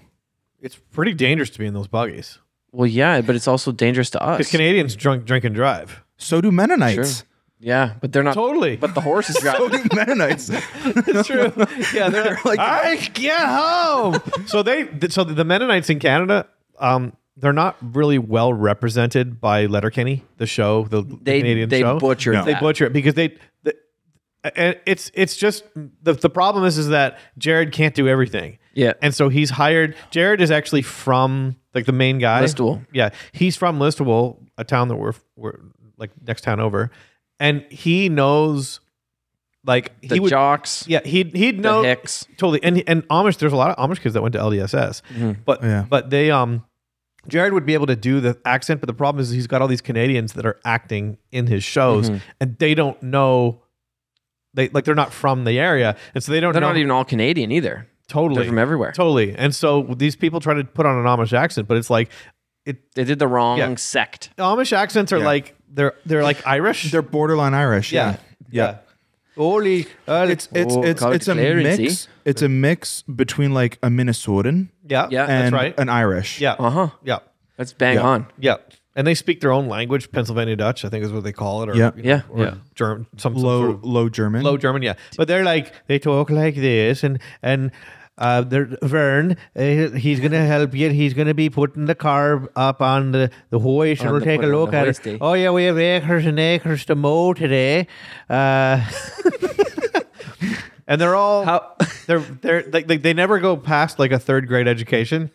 A: it's pretty dangerous to be in those buggies
C: Well, yeah, but it's also dangerous to us.
A: because Canadians drunk drink and drive.
B: So do Mennonites.
C: yeah, but they're not.
A: Totally,
C: Uh, But
A: *laughs*
C: the horses got
B: So do *laughs* Mennonites.
A: It's true. Yeah, they're like,
B: like-
A: I get home. so they, so the Mennonites in Canada, um, they're not really well represented by Letterkenny, the show, the
C: they
A: Canadian
C: they
A: show.
C: butchered
B: No.
A: They
C: that.
A: butcher it because they, the, and it's it's just the the problem is is that Jared can't do everything.
C: Yeah.
A: and so he's hired. Jared is actually from like the main guy.
C: Listowel.
A: Yeah, he's from Listowel, a town that we're, we're like next town over, and he knows. Like
C: the
A: he would
C: jocks,
A: yeah, he'd he'd know
C: the hicks.
A: totally. And and Amish, there's a lot of Amish kids that went to LDSS,
C: Mm-hmm.
A: but
B: Yeah.
A: but they um, Jared would be able to do the accent, but the problem is he's got all these Canadians that are acting in his shows,
C: Mm-hmm.
A: and they don't know. They like they're not from the area, and so they don't
C: They're
A: know
C: not even all Canadian either.
A: totally
C: They're from everywhere.
A: Totally, and so these people try to put on an Amish accent, but it's like
C: They did the wrong
A: Yeah.
C: sect.
A: Amish accents are
B: Yeah.
A: like they're they're like Irish.
B: They're borderline Irish. Yeah.
A: yeah. Holy, uh,
B: It's it's
C: Oh,
B: it's
C: call it
B: it's a
C: clarity.
B: mix. It's a mix between like a Minnesotan
A: yeah,
C: Yeah.
B: and
A: that's right.
B: an Irish.
A: yeah,
C: Uh huh.
A: yeah.
C: That's bang
B: Yeah.
C: on.
A: Yeah. And they speak their own language, Pennsylvania Dutch, I think is what they call it. Or,
B: Yeah.
A: you
C: Yeah,
A: Or
C: yeah.
A: Germ, some, some
B: Low
A: sort of
B: low German.
A: low German, yeah. But they're like, they talk like this. And, and, uh, there, Vern, uh, he's gonna help you. He's gonna be putting the car up on the the hoist, and
C: On
A: we'll
C: the-
A: take a
C: on the
A: look at
C: hoist, eh?
A: it. Oh yeah, we have acres and acres to mow today. Uh, *laughs* and they're all
C: How
A: they're they're like they, they never go past like a third grade education,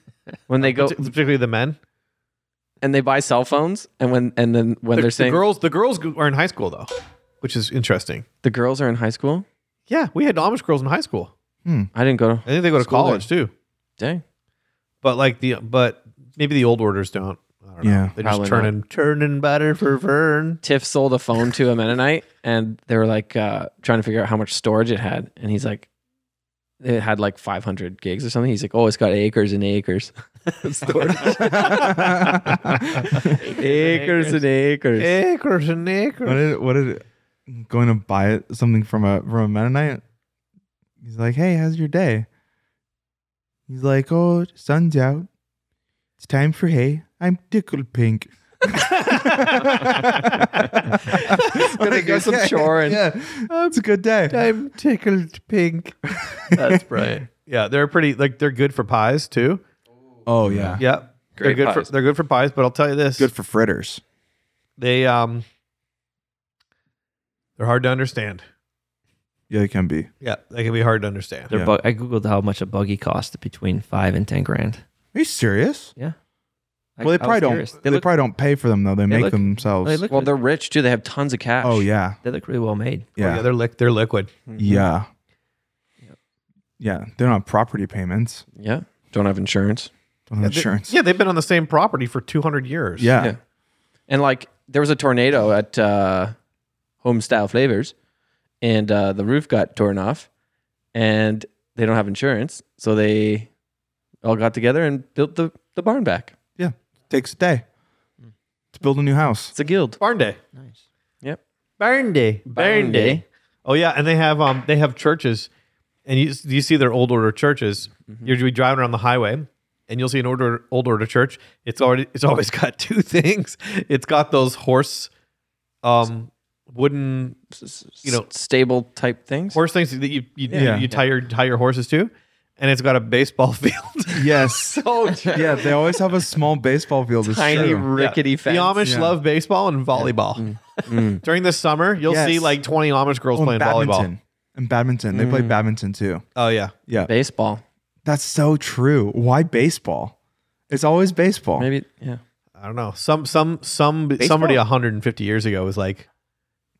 C: when they go
A: particularly the men.
C: and they buy cell phones and when and then when
A: the,
C: they're
A: the
C: saying
A: girls the girls g- are in high school though, which is interesting.
C: the girls are in high school.
A: Yeah, we had Amish girls in high school.
C: I didn't go to
A: I think they go to
C: School
A: college too.
C: dang.
A: But like the but maybe the old orders don't. I don't know.
B: Yeah.
A: they just
C: Probably
A: turn
C: not.
A: and turn and butter for Vern.
C: Tiff sold a phone to a Mennonite, and they were like uh, trying to figure out how much storage it had, and he's like, it had like 500 gigs or something. He's like, oh, it's got acres and acres, *laughs*
B: *laughs*
A: *laughs*
C: acres and acres.
A: Acres and
B: What
A: acres.
B: did what did it, going to buy it, something from a from a Mennonite? He's like, "Hey, how's your day?" He's like, "Oh, sun's out. It's time for hay. I'm tickled pink." *laughs* gonna
C: go some choring.
B: Yeah,
D: Um,
B: it's a good day.
A: I'm tickled
C: *laughs*
A: pink.
D: That's right.
A: Yeah, they're pretty like they're good for pies too.
B: Oh yeah,
A: Yeah.
C: Great
A: they're good
C: pies.
A: for they're good for pies, but I'll tell you this.
B: good for fritters.
A: they um they're hard to understand.
B: Yeah, it can be.
A: Yeah, they can be hard to understand.
D: They're
B: Yeah.
D: bu- I googled how much a buggy cost between five and ten grand.
B: Are you serious?
D: Yeah.
B: Well,
D: I- I
B: they
D: was
B: probably don't.
D: curious.
B: They,
D: They look.
B: probably don't pay for them though. They, make
D: look-
B: them themselves.
D: they look.
C: Well, they're rich too. They have tons of cash.
B: oh yeah,
D: they look really well made.
A: Oh, yeah,
B: yeah.
A: they're lick they're liquid.
B: Yeah. Yeah. They don't have property payments.
C: yeah. Don't have insurance.
B: Don't have insurance.
A: Yeah, they've been on the same property for 200 years.
B: yeah.
C: Yeah. And like there was a tornado at uh Homestyle Flavors and uh the roof got torn off and they don't have insurance, so they all got together and built the the barn back.
B: Yeah. Takes a day. build a new house.
C: It's a guild.
A: Barn Day.
D: Nice.
A: Burn Day.
C: Barn Day.
A: Oh yeah, and they have um they have churches, and you you see their old order churches.
B: Mm-hmm.
A: You're be driving around the highway, and you'll see an order old order church. It's already it's always *laughs* got two things. It's got those horse, um, wooden
C: You
A: know-
C: stable type things.
A: horse things that you you,
B: Yeah.
A: you, you tie your tie your horses to, and it's got a baseball *laughs*
B: *laughs*
A: field.
B: Yes. *laughs*
A: oh,
B: yeah, they always have a small baseball field. It's
C: Tiny
B: true.
C: rickety fence.
A: The Amish
B: Yeah. Mm.
A: love baseball and volleyball. *laughs* During the summer, you'll
B: Yes.
A: see like 20 Amish girls
B: Oh,
A: playing
B: and badminton.
A: volleyball.
B: And badminton. They play badminton too.
A: Oh yeah.
B: Yeah.
C: Baseball.
B: That's so true. Why baseball? It's always baseball.
C: Maybe yeah.
A: I don't know. Some some some somebody 150 years ago was like,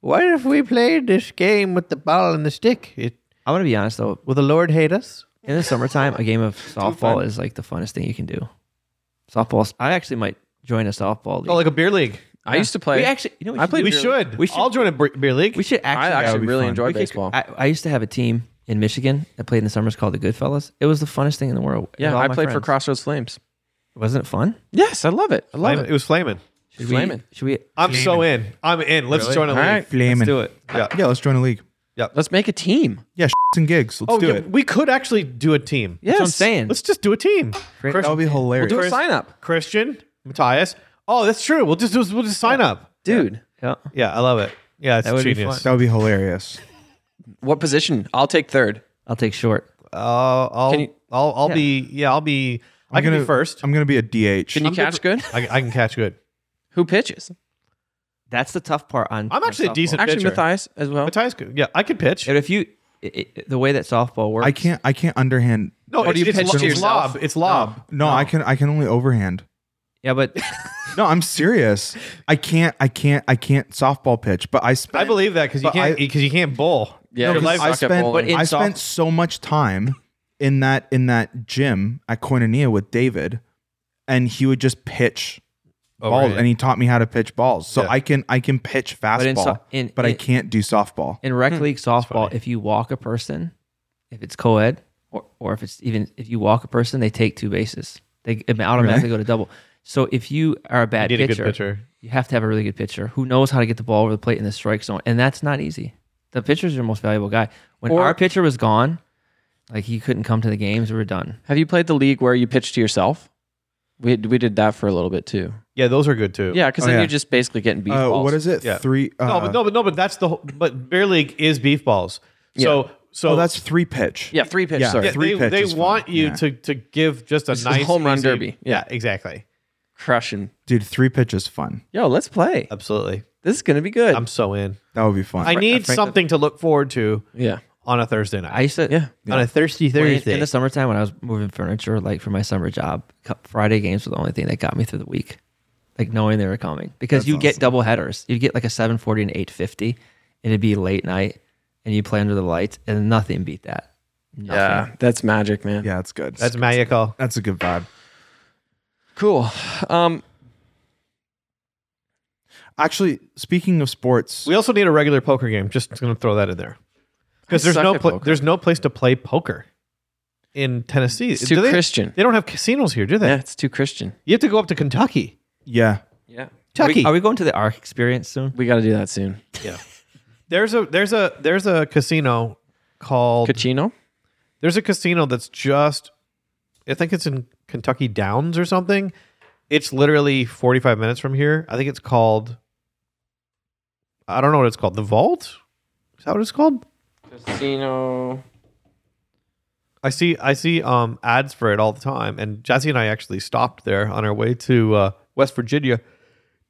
A: "What if we played this game with the ball and the stick? It,
D: I'm gonna be honest though.
A: will the Lord hate us?"
D: In the summertime,
A: *laughs*
D: a game of softball is like the funnest thing you can do. Softball. I actually might join a softball. League.
A: Oh, like a beer league.
C: I used to play.
D: we actually, you know, what
C: I
D: should
C: played
D: do?
A: We
C: beer
A: should.
D: We should-
A: all join a bre- beer league.
D: We should
C: I
D: actually.
B: that would
C: actually
B: be
C: really
B: fun.
C: enjoy
D: we could-
C: baseball.
D: I, I used to have a team in Michigan that played in the summers called the Goodfellas. It was the funnest thing in the world. with
C: yeah,
D: all
C: I
D: my
C: played for
D: friends.
C: Crossroads Flames.
D: Wasn't it fun?
C: Yes, I love it. I love
A: Flamin'.
C: it.
A: It was flaming.
D: Should
C: Flamin'.
D: we? Should we?
A: I'm so in. I'm in. Let's join a
C: All
A: league.
C: right.
A: Let's
B: Flamin'.
A: do it. Yeah.
B: Uh, Yeah, let's join a league.
C: Let's make a team.
B: Yeah, and gigs. Let's
A: Oh,
B: do
A: yeah,
B: it.
A: we could actually do a team.
C: Yes,
D: That's what I'm saying.
A: Let's just do a team. Chris-
B: That would be
C: We'll
B: hilarious.
C: do a
A: Chris-
C: sign up,
A: Christian, Matthias. Oh, that's true. We'll just we'll just sign up.
C: dude.
D: yeah.
A: Yeah, I love it. Yeah, it's
D: That would be
A: genius.
B: that would be hilarious.
C: What position? I'll take third.
D: I'll take short.
A: Uh, I'll,
C: Can you-
A: I'll I'll
D: Yeah.
A: be yeah I'll be i can
B: gonna
A: be first.
B: I'm gonna be a DH.
C: Can you
A: I'm good
C: catch good?
A: I, I can catch good.
C: Who pitches?
D: That's the tough part on.
A: I'm
D: on
A: actually a
D: softball.
A: decent-
C: Actually,
A: Pitcher.
C: Matthias as well.
A: Matthias could yeah I could pitch.
D: And if you, i i the way that softball works,
B: I can't. I can't underhand.
A: no,
C: Or
A: it's,
C: do you
A: it's,
C: pitch
A: lo-
C: to
A: it's
C: yourself?
A: lob. It's lob.
B: No, I can. I can only overhand.
A: *laughs*
D: Yeah, but
B: No, I'm serious. I can't. I can't. I can't softball pitch. But I spent.
A: I believe that because you
B: But
A: can't
B: I-
A: because you can't bowl.
C: Yeah,
A: Your
C: because
A: legs-
B: I
C: Suck at
B: spent.
C: bowling. But in
B: I
D: soft-
B: spent so much time in that in that gym at Koinonia with David, and he would just pitch balls,
A: right.
B: and he taught me how to pitch balls. So
A: Yeah.
B: I can. I can pitch
D: But in
B: fastball,
D: so- in-
B: but I
D: in-
B: can't do softball.
D: in rec
A: Hmm,
D: league softball, if you walk a person, if it's co-ed or, or if it's even if you walk a person, they take two bases. They automatically go to double. So if you are a bad
A: You need a good
D: pitcher,
A: pitcher.
D: you have to have a really good pitcher who knows how to get the ball over the plate in the strike zone, and that's not easy. The pitcher's your most valuable guy. When
C: Or-
D: our pitcher was gone, like he couldn't come to the games, we were done.
C: Have you played the league where you pitch to yourself? We we did that for a little bit too.
A: Yeah, those are good too.
C: Yeah, because
B: Oh,
C: then
B: yeah.
C: you're just basically getting beef
B: Uh,
C: balls.
B: what is it?
A: Yeah.
B: Three. Uh,
A: No, but no, but no, but that's the whole, but beer league is beef balls. So so
B: oh, that's three pitch.
C: Yeah, three pitch.
B: Yeah.
C: Sorry,
A: yeah,
B: three
A: they,
B: pitch
A: they
B: is fine.
A: want you
B: Yeah.
A: to to give just a
C: This is
A: nice
C: home run
A: easy-
C: derby.
A: Yeah.
C: Yeah.
A: exactly.
C: crushing.
B: dude. Three pitch is fun.
C: Yo, let's play.
A: Absolutely.
C: This is gonna be good.
A: I'm so in.
B: That would be fun.
A: I need
C: Frank-
A: something to look forward to
C: yeah,
A: on a Thursday night.
D: I used to
C: yeah.
A: On a thirsty
D: Well, in-
A: Thursday.
D: In, the summertime when I was moving furniture, like for my summer job, cu- Friday games were the only thing that got me through the week. Like knowing they were coming because you get double headers. You'd get like a 740 and 850 and it'd be late night and you play under the lights and nothing beat that. Nothing.
C: Yeah, that's magic, man.
B: Yeah, that's good.
A: that's magical.
B: that's a good vibe.
C: Cool. Um,
B: Actually, speaking of sports,
A: We also need a regular poker game. Just going to throw that in there because
C: I
A: there's
C: suck
A: no
C: at
A: pla-
C: poker.
A: there's no place to play poker in Tennessee.
C: it's
A: Do
C: too
A: they,
C: Christian.
A: they don't have casinos here, do they?
C: Yeah, it's too Christian.
A: You have to go up to Kentucky.
B: yeah,
C: Yeah,
D: Are we,
A: Kentucky.
D: are we going to the ARC experience soon?
C: we got to do that soon.
A: there's a there's a there's a casino called
C: Cachino.
A: there's a casino that's just I think it's in Kentucky Downs or something. It's literally 45 minutes from here. I think it's called I don't know what it's called. The Vault? Is that what it's called?
C: Casino.
A: I see I see um ads for it all the time and Jazzy and I actually stopped there on our way to uh, West Virginia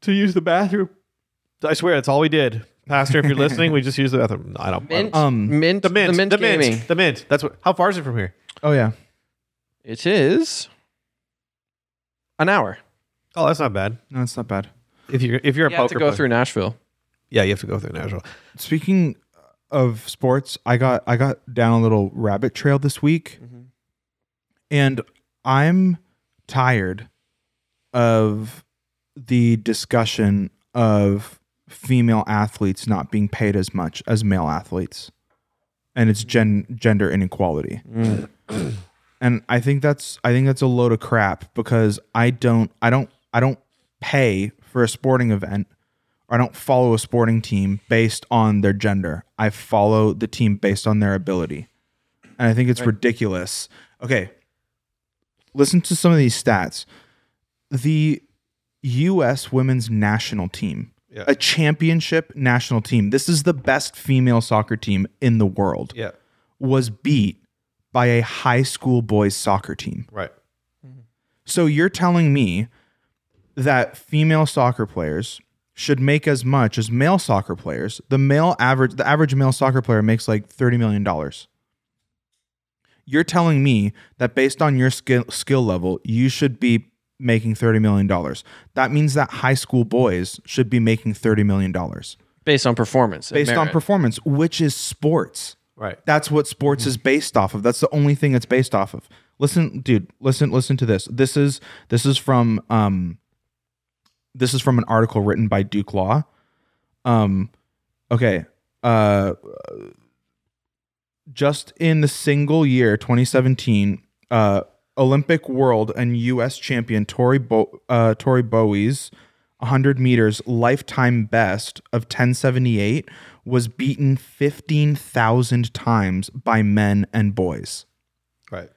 A: to use the bathroom. I swear that's all we did. Pastor, if you're listening, we just used the bathroom. I don't, I don't-
C: Mint,
B: Um,
C: mint,
A: the mint,
C: the mint,
A: the mint,
C: gaming.
A: the mint. That's what. How far is it from here?
B: oh yeah.
C: It is an hour.
A: Oh, that's not bad.
B: No, it's not bad.
A: If you're if you're a
C: You
A: poker
C: have to go
A: player.
C: through Nashville.
A: Yeah, you have to go through Nashville.
B: Speaking of sports, I got I got down a little rabbit trail this week, and I'm tired of the discussion of female athletes not being paid as much as male athletes, and it's gen gender inequality. and I think that's I think that's a load of crap because I don't I don't I don't pay for a sporting event or I don't follow a sporting team based on their gender. I follow the team based on their ability. And I think it's ridiculous. Okay. Listen to some of these stats. The US women's national team,
A: Yeah.
B: a championship national team. This is the best female soccer team in the world.
A: Yeah.
B: Was beat by a high school boys soccer team.
A: Right.
B: So you're telling me that female soccer players should make as much as male soccer players. The male average the average male soccer player makes like 30 million dollars. You're telling me that based on your skill skill level, you should be making 30 million dollars. That means that high school boys should be making 30 million dollars
C: based on performance. and
B: based on
C: merit.
B: performance, which is sports.
A: Right.
B: That's what sports is based off of. That's the only thing it's based off of. Listen, dude, listen, listen to this. This is this is from um this is from an article written by Duke Law. Um okay. Uh just in the single year 2017, uh Olympic world and US champion Tori Bo- uh Tori Bowie's 100 meters lifetime best of 1078 was beaten 15,000 times by men and boys.
A: Right.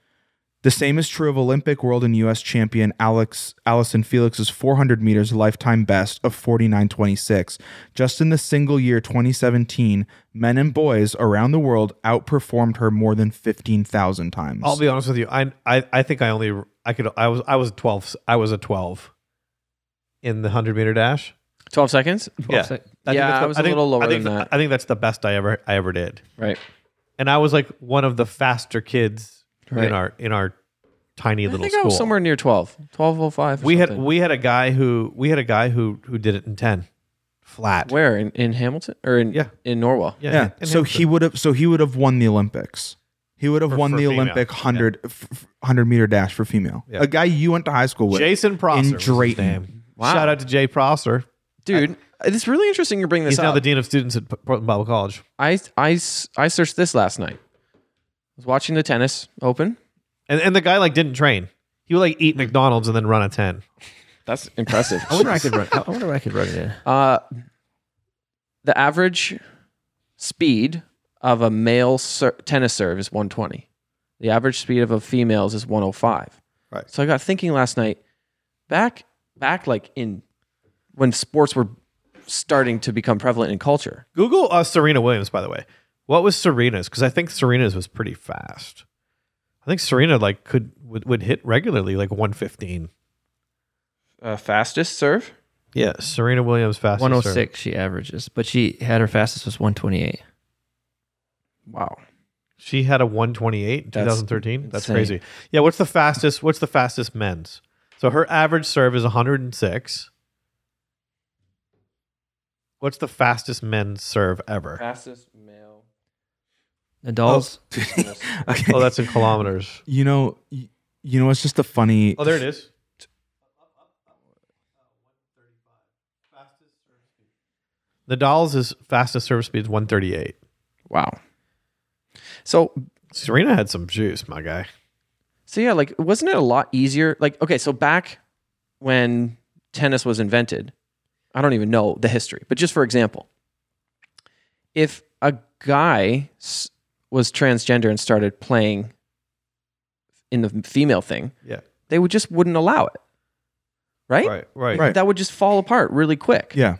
B: The same is true of Olympic world and U.S. champion Alex Allison Felix's 400 meters lifetime best of 49.26. Just in the single year 2017, men and boys around the world outperformed her more than 15,000 times.
A: I'll be honest with you. I I, I think I only I could I was I was a twelve I was a twelve in the hundred meter dash.
C: 12 seconds?
A: yeah,
D: sec-
A: think
C: Yeah,
A: that's
C: I was a little lower
A: I think
C: than
A: th-
C: that.
A: I think that's the best I ever I ever did,
C: Right.
A: and I was like one of the faster kids
C: Right.
A: in our in our tiny
C: I
A: little
C: think
A: school.
C: I was somewhere near oh 12. 1205.
A: we had we had a guy who we had a guy who who did it in ten flat.
C: Where in, in Hamilton or in
A: Yeah.
C: in Norwell?
B: yeah.
A: and
B: so he would have so he would have won the Olympics. He would have
A: For-
B: won
A: for
B: the
A: female.
B: Olympic 100 f- f- 100 meter dash for female. A guy you went to high school with.
A: Jason Prosser
B: in
A: was his
B: Drayton.
A: name.
C: Wow.
A: Shout out to Jay Prosser.
C: Dude, it's really interesting you're bringing this
A: He's now
C: up.
A: the dean of students at P- Portland Bible College.
C: I, I, s- I searched this last night. I was watching the tennis open.
A: And and the guy like didn't train. He would like eat McDonald's and then run a ten.
C: That's impressive.
D: *laughs* I wonder I could run. I wonder I could run it in.
C: Uh, the average speed of a male ser- tennis serve is 120. The average speed of a female's is 105.
A: Right.
C: So I got thinking last night, back back like in when sports were starting to become prevalent in culture.
A: Google uh, Serena Williams, by the way. What was Serena's? Because I think Serena's was pretty fast. I think Serena like could would, would hit regularly like 115.
C: Uh, fastest serve? Mm-hmm.
A: Yeah, Serena Williams fastest. serve.
D: 106 she averages, but she had her fastest was 128.
C: Wow.
A: She had a 128 in
C: That's
A: 2013. That's
C: insane.
A: crazy. Yeah, what's the fastest? What's the fastest men's? So her average serve is 106. What's the fastest men's serve
C: *laughs*
A: ever?
C: Fastest male.
D: Nadal's
B: *laughs* okay.
A: Oh, that's in kilometers.
B: You know, y- you know, it's just a funny.
A: Oh, there it is. Nadal's is fastest serve speed is 138.
C: Wow. So
A: Serena had some juice, my guy.
C: So yeah, like wasn't it a lot easier? Like okay, so back when tennis was invented, I don't even know the history, but just for example, if a guy s- was transgender and started playing in the female thing,
A: Yeah.
C: they would just wouldn't allow it. Right?
A: Right. Right.
B: Right.
C: That would just fall apart really quick.
B: Yeah,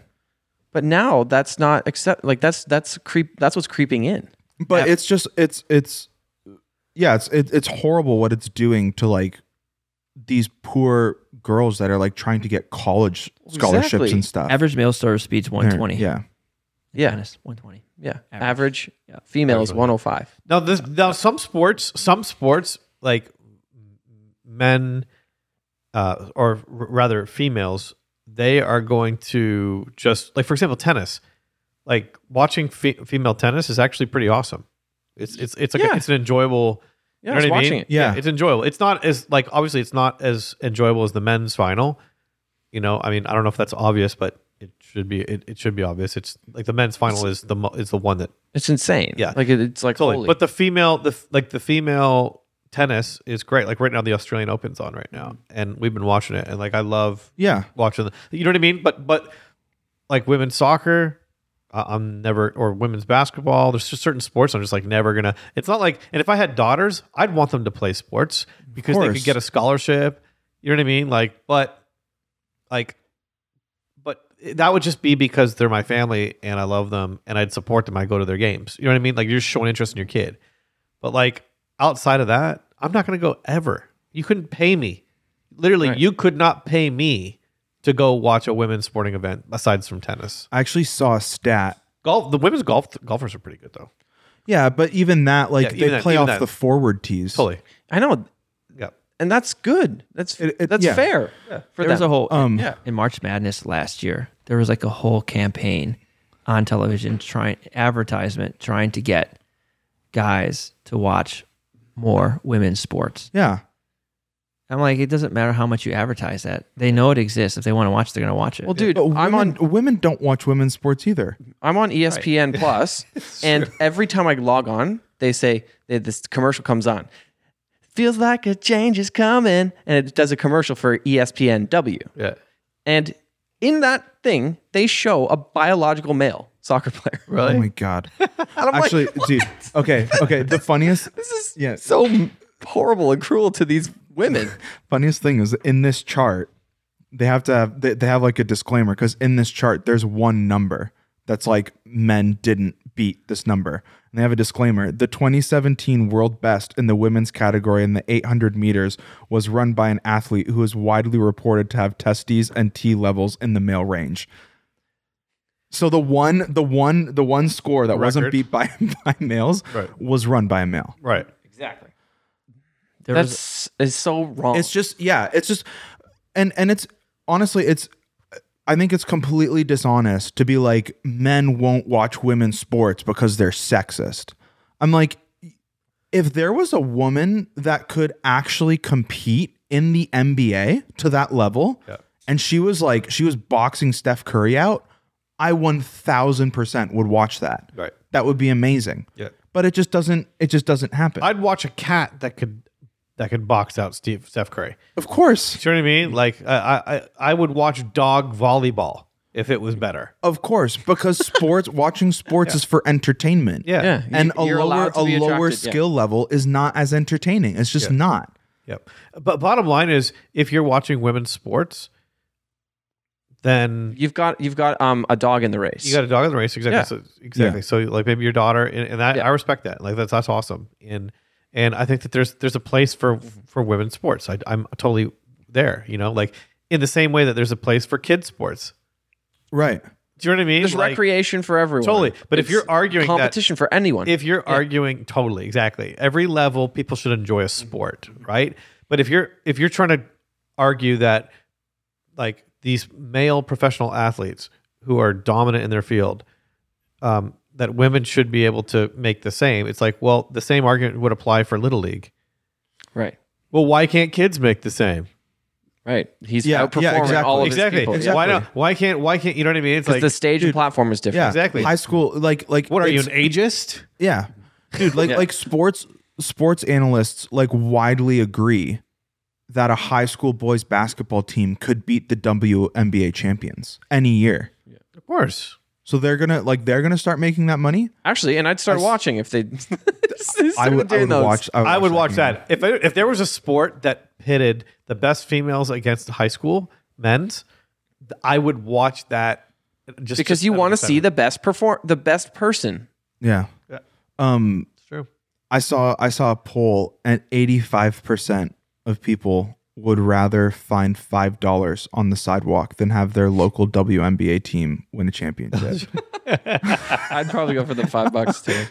C: But now that's not accept like that's that's creep that's what's creeping in.
B: but it's just it's it's yeah it's it, it's horrible what it's doing to like these poor girls that are like trying to get college scholarships
C: Exactly.
B: and stuff.
D: average male serve speed's
B: They're-
D: 120.
B: uh, Yeah,
C: Yeah.
D: Minus 120.
C: Yeah. Average,
D: Average. Yeah.
C: female is 105.
A: Now this now some sports some sports like men uh, or r- rather females they are going to just like for example tennis like watching fe- female tennis is actually pretty awesome. It's it's it's like a-
C: Yeah.
A: it's an enjoyable you
C: Yeah,
A: know
C: I was
A: what I mean?
C: watching it.
B: Yeah.
A: it's enjoyable. It's not as like obviously it's not as enjoyable as the men's final. You know, I mean, I don't know if that's obvious, but it should be. It, it should be obvious. It's like the men's final is the mo- is the one that
C: It's insane.
A: Yeah.
C: Like it, it's like
A: Totally.
C: holy.
A: But the female, the f- like the female tennis is great. Like right now, the Australian Open's on right now, and we've been watching it. And like I love
B: Yeah.
A: watching. The, you know what I mean? But but like women's soccer, I, I'm never or women's basketball. There's just certain sports I'm just like never gonna. It's not like and if I had daughters, I'd want them to play sports because they
B: course.
A: could get a scholarship. You know what I mean? Like but like but that would just be because they're my family and I love them and I'd support them. I go to their games. You know what I mean? Like you're just showing interest in your kid. But like outside of that, I'm not going to go ever. You couldn't pay me. Literally,
C: Right.
A: you could not pay me to go watch a women's sporting event aside from tennis.
B: I actually saw a stat.
A: Golf, the women's golf golfers are pretty good though.
B: Yeah, but even that, like
A: Yeah,
B: they
A: even that-
B: play
A: even
B: off
A: that.
B: the forward tees.
A: Totally.
C: I know,
A: Yeah.
C: and that's good. That's
B: It- it-
C: that's
B: yeah.
C: fair. For
D: there was
C: them.
D: a whole
B: Um,
D: in, in March Madness last year. There was like a whole campaign on television trying advertisement trying to get guys to watch more women's sports.
B: Yeah.
D: I'm like, it doesn't matter how much you advertise that. They know it exists. If they want to watch, they're gonna watch it.
C: well, dude,
B: But
C: I'm on
B: women- women don't watch women's sports either.
C: I'm on E ESPN
D: *laughs*
C: Plus, and every time I log on, they say they, this commercial comes on. Feels like a change is coming, and it does a commercial for E ESPNW.
A: Yeah.
C: And in that thing, they show a biological male soccer player.
B: Oh
A: Really?
B: my
A: *laughs*
B: god.
C: And I'm
B: actually,
C: like,
B: dude. Okay, okay. The funniest,
C: this is
B: Yeah.
C: so horrible and cruel to these
A: *laughs*
C: women.
B: funniest thing is in this chart, they have to have they, they have like a disclaimer because in this chart there's one number that's like men didn't beat this number. And they have a disclaimer. The 2017 world best in the women's category in the 800 meters was run by an athlete who is widely reported to have testes and T levels in the male range. So the one, the one, the one score that wasn't
A: Record.
B: beat by, *laughs* by males
A: Right.
B: was run by a male.
A: Right.
C: Exactly.
D: There was-
C: That's is so wrong.
B: It's just yeah, it's just and and it's honestly it's I think it's completely dishonest to be like men won't watch women's sports because they're sexist. I'm like if there was a woman that could actually compete in the NBA to that level
A: Yeah.
B: and she was like she was boxing Steph Curry out, I 1000% would watch that.
A: Right.
B: That would be amazing.
A: Yeah.
B: But it just doesn't it just doesn't happen.
A: I'd watch a cat that could that could box out Steve Steph Curry.
B: of course.
A: Do you know what I mean? Like I I I would watch dog volleyball if it was better.
B: Of course,
A: *laughs*
B: because sports, watching sports is for entertainment.
A: Yeah.
C: yeah,
B: and a
C: you're
B: lower
C: allowed
B: a
C: to be
B: lower
C: attracted, yeah.
B: skill level is not as entertaining. It's just not.
A: Yep. But bottom line is, if you're watching women's sports, then
C: You've got you've got um a dog in the race.
A: you got a dog in the race. Exactly.
C: Yeah.
A: So, exactly. So like maybe your daughter, and, and that, I respect that. Like that's that's awesome. And and I think that there's there's a place for for women's sports. I, I'm totally there. You know, like in the same way that there's a place for kids sports.
B: Right.
A: Do you know what I mean?
C: There's
A: Like,
C: recreation for everyone.
A: Totally. But if
C: It's
A: you're arguing that-
C: competition for anyone,
A: if you're arguing totally exactly every level people should enjoy a sport right but if you're if you're trying to argue that like these male professional athletes who are dominant in their field um, that women should be able to make the same it's like well the same argument would apply for little league
C: right,
A: well why can't kids make the same
C: right, he's
B: Yeah, yeah,
C: outperforming
B: exactly.
C: all of
A: exactly,
C: his people.
B: Exactly.
A: why not why can't why can't you know what i mean it's
C: Because
A: like
C: the stage and platform is different.
B: Yeah.
A: Exactly.
B: High school, like like
A: what are you an
B: it's-
A: ageist
B: Yeah, dude. Like
C: Yeah.
B: like sports sports analysts like widely agree that a high school boys basketball team could beat the WNBA champions any year.
A: of course
B: So they're gonna like they're gonna start making that money.
C: Actually, and I'd start watching if they *laughs*
B: I would, I would watch.
A: I would watch
B: game.
A: that. If if there was a sport that pitted the best females against high school men's, th- I would watch that. Just
C: because you want to see the best perform the best person.
B: Yeah.
A: Yeah.
B: Um.
A: true.
B: I saw I saw a poll and 85% of people would rather find $5 on the sidewalk than have their local WNBA team win
A: *laughs*
B: a championship.
C: I'd probably go for the five bucks too.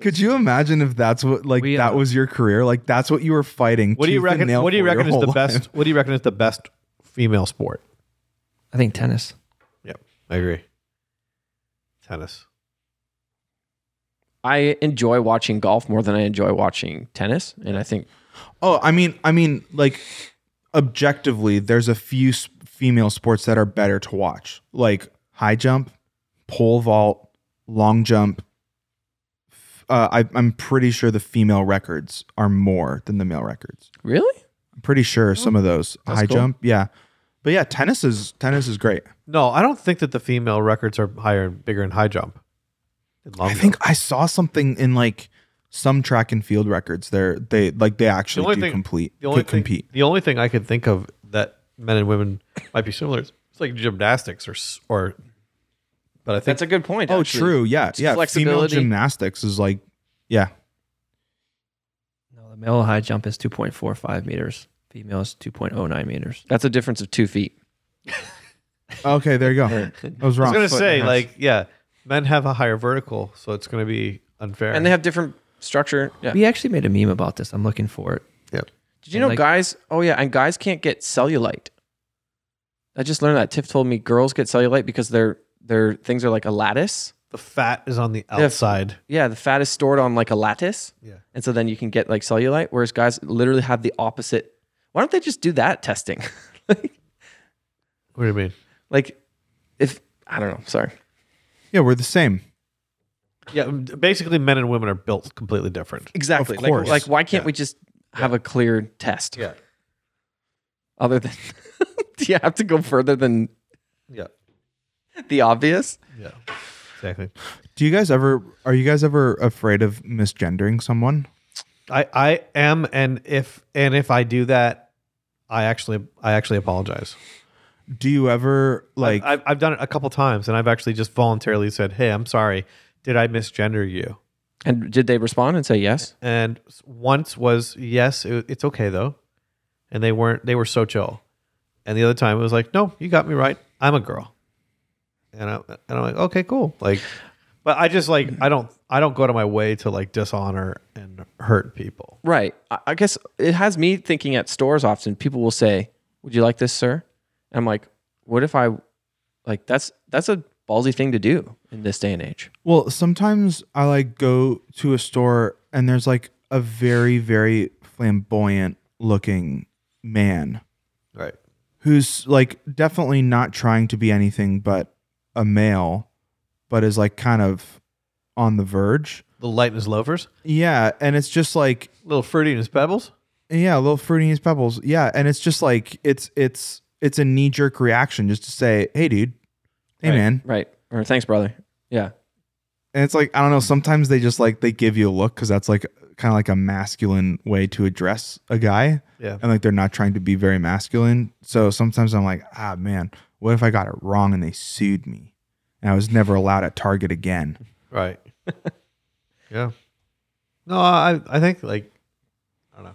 B: Could you imagine if that's what like
D: We,
B: that
D: uh,
B: was your career? Like that's what you were fighting.
A: What do you
B: tooth and
A: reckon?
B: nail
A: What do you
B: for your
A: reckon is
B: whole
A: the
B: *laughs* life?
A: best? What do you reckon is the best female sport?
D: I think tennis.
A: Yep, I agree. Tennis.
C: *laughs* I enjoy watching golf more than I enjoy watching tennis, and I think
B: Oh, I mean I mean like objectively there's a few s- female sports that are better to watch. Like high jump, pole vault, long jump, f- uh, I, I'm pretty sure the female records are more than the male records.
C: Really?
B: I'm pretty
A: Oh,
B: sure some of those
C: That's
B: high
C: cool.
B: jump, yeah. But yeah, tennis is tennis is great.
A: No, I don't think that the female records are higher and bigger in high jump. In long
B: I think
A: jump.
B: I saw something in like some track and field records. They're they like they actually
A: only
B: do
A: thing-
B: complete
A: the only
B: could
A: thing,
B: compete.
A: The only thing I could think of that men and women might be similar is it's like gymnastics or s- or. But I think
C: That's a good point.
B: Oh,
C: actually.
B: true. Yeah,
C: It's
B: yeah. Female
C: flexibility.
B: gymnastics is like, yeah,
D: No, the male high jump is 2.45 meters. Female is 2.09 meters.
C: That's a difference of two feet.
B: Okay, there you go. I was
A: I
B: wrong.
A: was gonna
B: Foot and a
A: say
B: half.
A: like yeah, men have a higher vertical, so it's gonna be unfair.
C: And they have different structure. Yeah.
D: We actually made a meme about this. I'm looking for it.
C: Did you
D: And
C: know
D: like-
C: guys? Oh yeah, and guys can't get cellulite. I just learned that Tiff told me girls get cellulite because their their things are like a lattice.
A: the fat is on the
C: have-
A: outside.
C: Yeah, the fat is stored on like a lattice,
A: Yeah.
C: and so then you can get like cellulite. Whereas guys literally have the opposite. Why don't they just do that testing? *laughs* like,
A: What do you mean?
C: like, if I don't know. Sorry.
B: yeah, we're the same.
A: Yeah, basically, men and women are built completely different.
C: Exactly.
A: Of course.
C: Like, like why can't
A: Yeah.
C: we just have a clear test?
A: Yeah.
C: Other than, *laughs* do you have to go further than
A: Yeah.
C: the obvious?
A: Yeah. Exactly.
B: Do you guys ever? Are you guys ever afraid of misgendering someone?
A: I I am, and if and if I do that, I actually I actually apologize.
B: Do you ever like?
A: I've, I've done it a couple times, and I've actually just voluntarily said, "Hey, I'm sorry, did I misgender you?"
C: And did they respond and say yes?
A: And s- once was yes, it, it's okay though, and they weren't they were so chill, and the other time it was like, "No, you got me right. I'm a girl," and I and I'm like, "Okay, cool." Like, but I just like I don't I don't go to my way to like dishonor and hurt people.
C: Right. I, I guess it has me thinking at stores often. People will say, "Would you like this, sir?" And I'm like, "What if I like that's that's a ballsy thing to do in this day and age."
B: well, sometimes I like go to a store and there's like a very very flamboyant looking man
A: Right.
B: who's like definitely not trying to be anything but a male, but is like kind of on the verge.
A: Little light in his loafers,
B: Yeah, and it's just like
A: little fruity in his pebbles.
B: Yeah, a little fruity in his pebbles. Yeah, and it's just like it's it's it's a knee jerk reaction just to say, "Hey, dude, hey,
C: Right.
B: man,"
C: Right. Or thanks, brother. Yeah.
B: and it's like I don't know. Sometimes they just like they give you a look because that's like kind of like a masculine way to address a guy,
A: Yeah.
B: and like they're not trying to be very masculine. So sometimes I'm like, ah, man, what if I got it wrong and they sued me, and I was never allowed at Target again?
A: Right. *laughs* yeah. No, I I think like I don't know.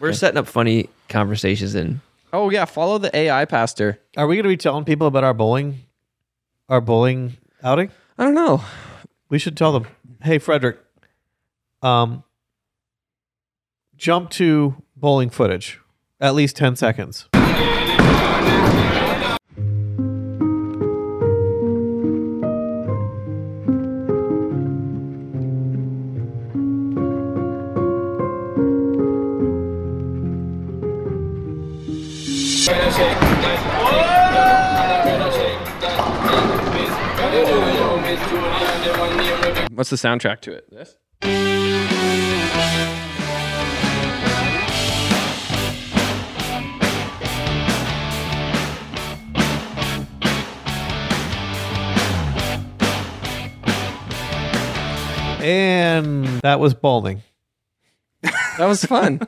D: We're setting up funny conversations in
C: Oh yeah, follow the AI pastor.
A: Are we going to be telling people about our bowling, our bowling outing?
C: I don't know.
A: We should tell them. Hey, Frederick. Um. Jump to bowling footage, at least ten seconds.
C: What's the soundtrack to it? This?
A: And that was bowling.
C: That was *laughs* fun.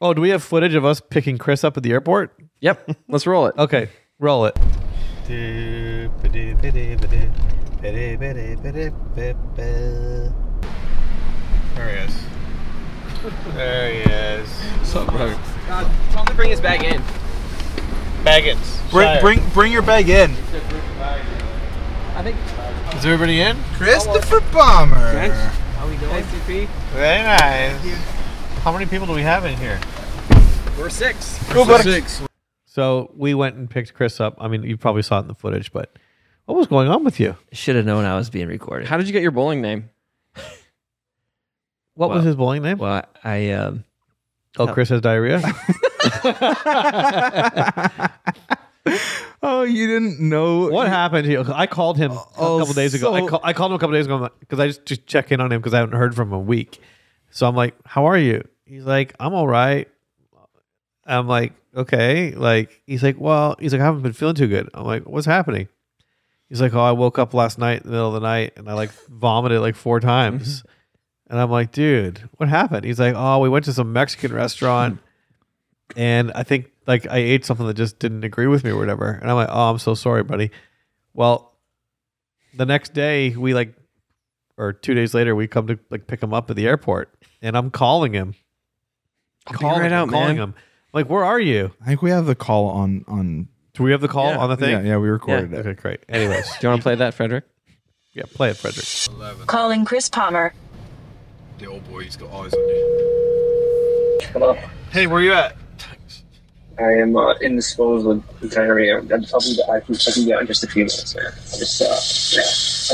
A: Oh, do we have footage of us picking Chris up at the airport?
C: yep. Let's roll it.
A: Okay, roll it.
E: There he is. There he is. What's up, brother?
C: Uh, Tell him to bring his bag in.
E: Baggins.
B: bring your bag in,
C: I think
A: Is everybody in?
B: Christopher Bomber.
C: how we doing?
E: Very nice.
A: How many people do we have in here?
C: We're six.
E: Six.
A: So we went and picked Chris up. I mean, you probably saw it in the footage, but what was going on with you?
D: Should have known I was being recorded.
C: How did you get your bowling name?
A: What was
D: Well-
A: his bowling name?
D: well, I um, *laughs*
A: oh, Chris has diarrhea.
B: Oh, you didn't know
A: What
B: you-
A: happened to you? I called him a
B: Oh,
A: couple days ago. I,
B: so-
A: call, I called him a couple days ago because I just, just check in on him because I haven't heard from him in a week. So I'm like, "How are you?" He's like, "I'm all right." I'm like, "Okay." Like he's like, "Well," he's like, "I haven't been feeling too good." I'm like, "What's happening?" He's like, "Oh, I woke up last night in the middle of the night and I
B: *laughs*
A: like vomited like four times."
B: Mm-hmm.
A: and I'm like, "Dude, what happened?" He's like, "Oh, we went to some Mexican restaurant."
B: *laughs*
A: and I think like I ate something that just didn't agree with me or whatever. And I'm like, oh, I'm so sorry, buddy. Well, the next day we like, or two days later, we come to like pick him up at the airport, and I'm calling him,
C: I'll be
A: calling
C: right
A: him,
C: out,
A: calling
C: man.
A: him. Like, where are you?
B: I think we have the call on on.
A: Do we have the call
C: Yeah.
A: on the
B: Yeah,
A: thing?
B: yeah, we recorded it.
A: Okay, great. Anyways, *laughs*
C: Do you want to play that, Frederick?
A: yeah, play it, Frederick.
F: Calling Chris Palmer.
E: The old boy, he's got eyes on you. Hey, where you at? Thanks.
G: I am uh, in the disposal area. I'm, I'm, I'll, be, I, can, I can be out in just a few minutes. There. I just, uh,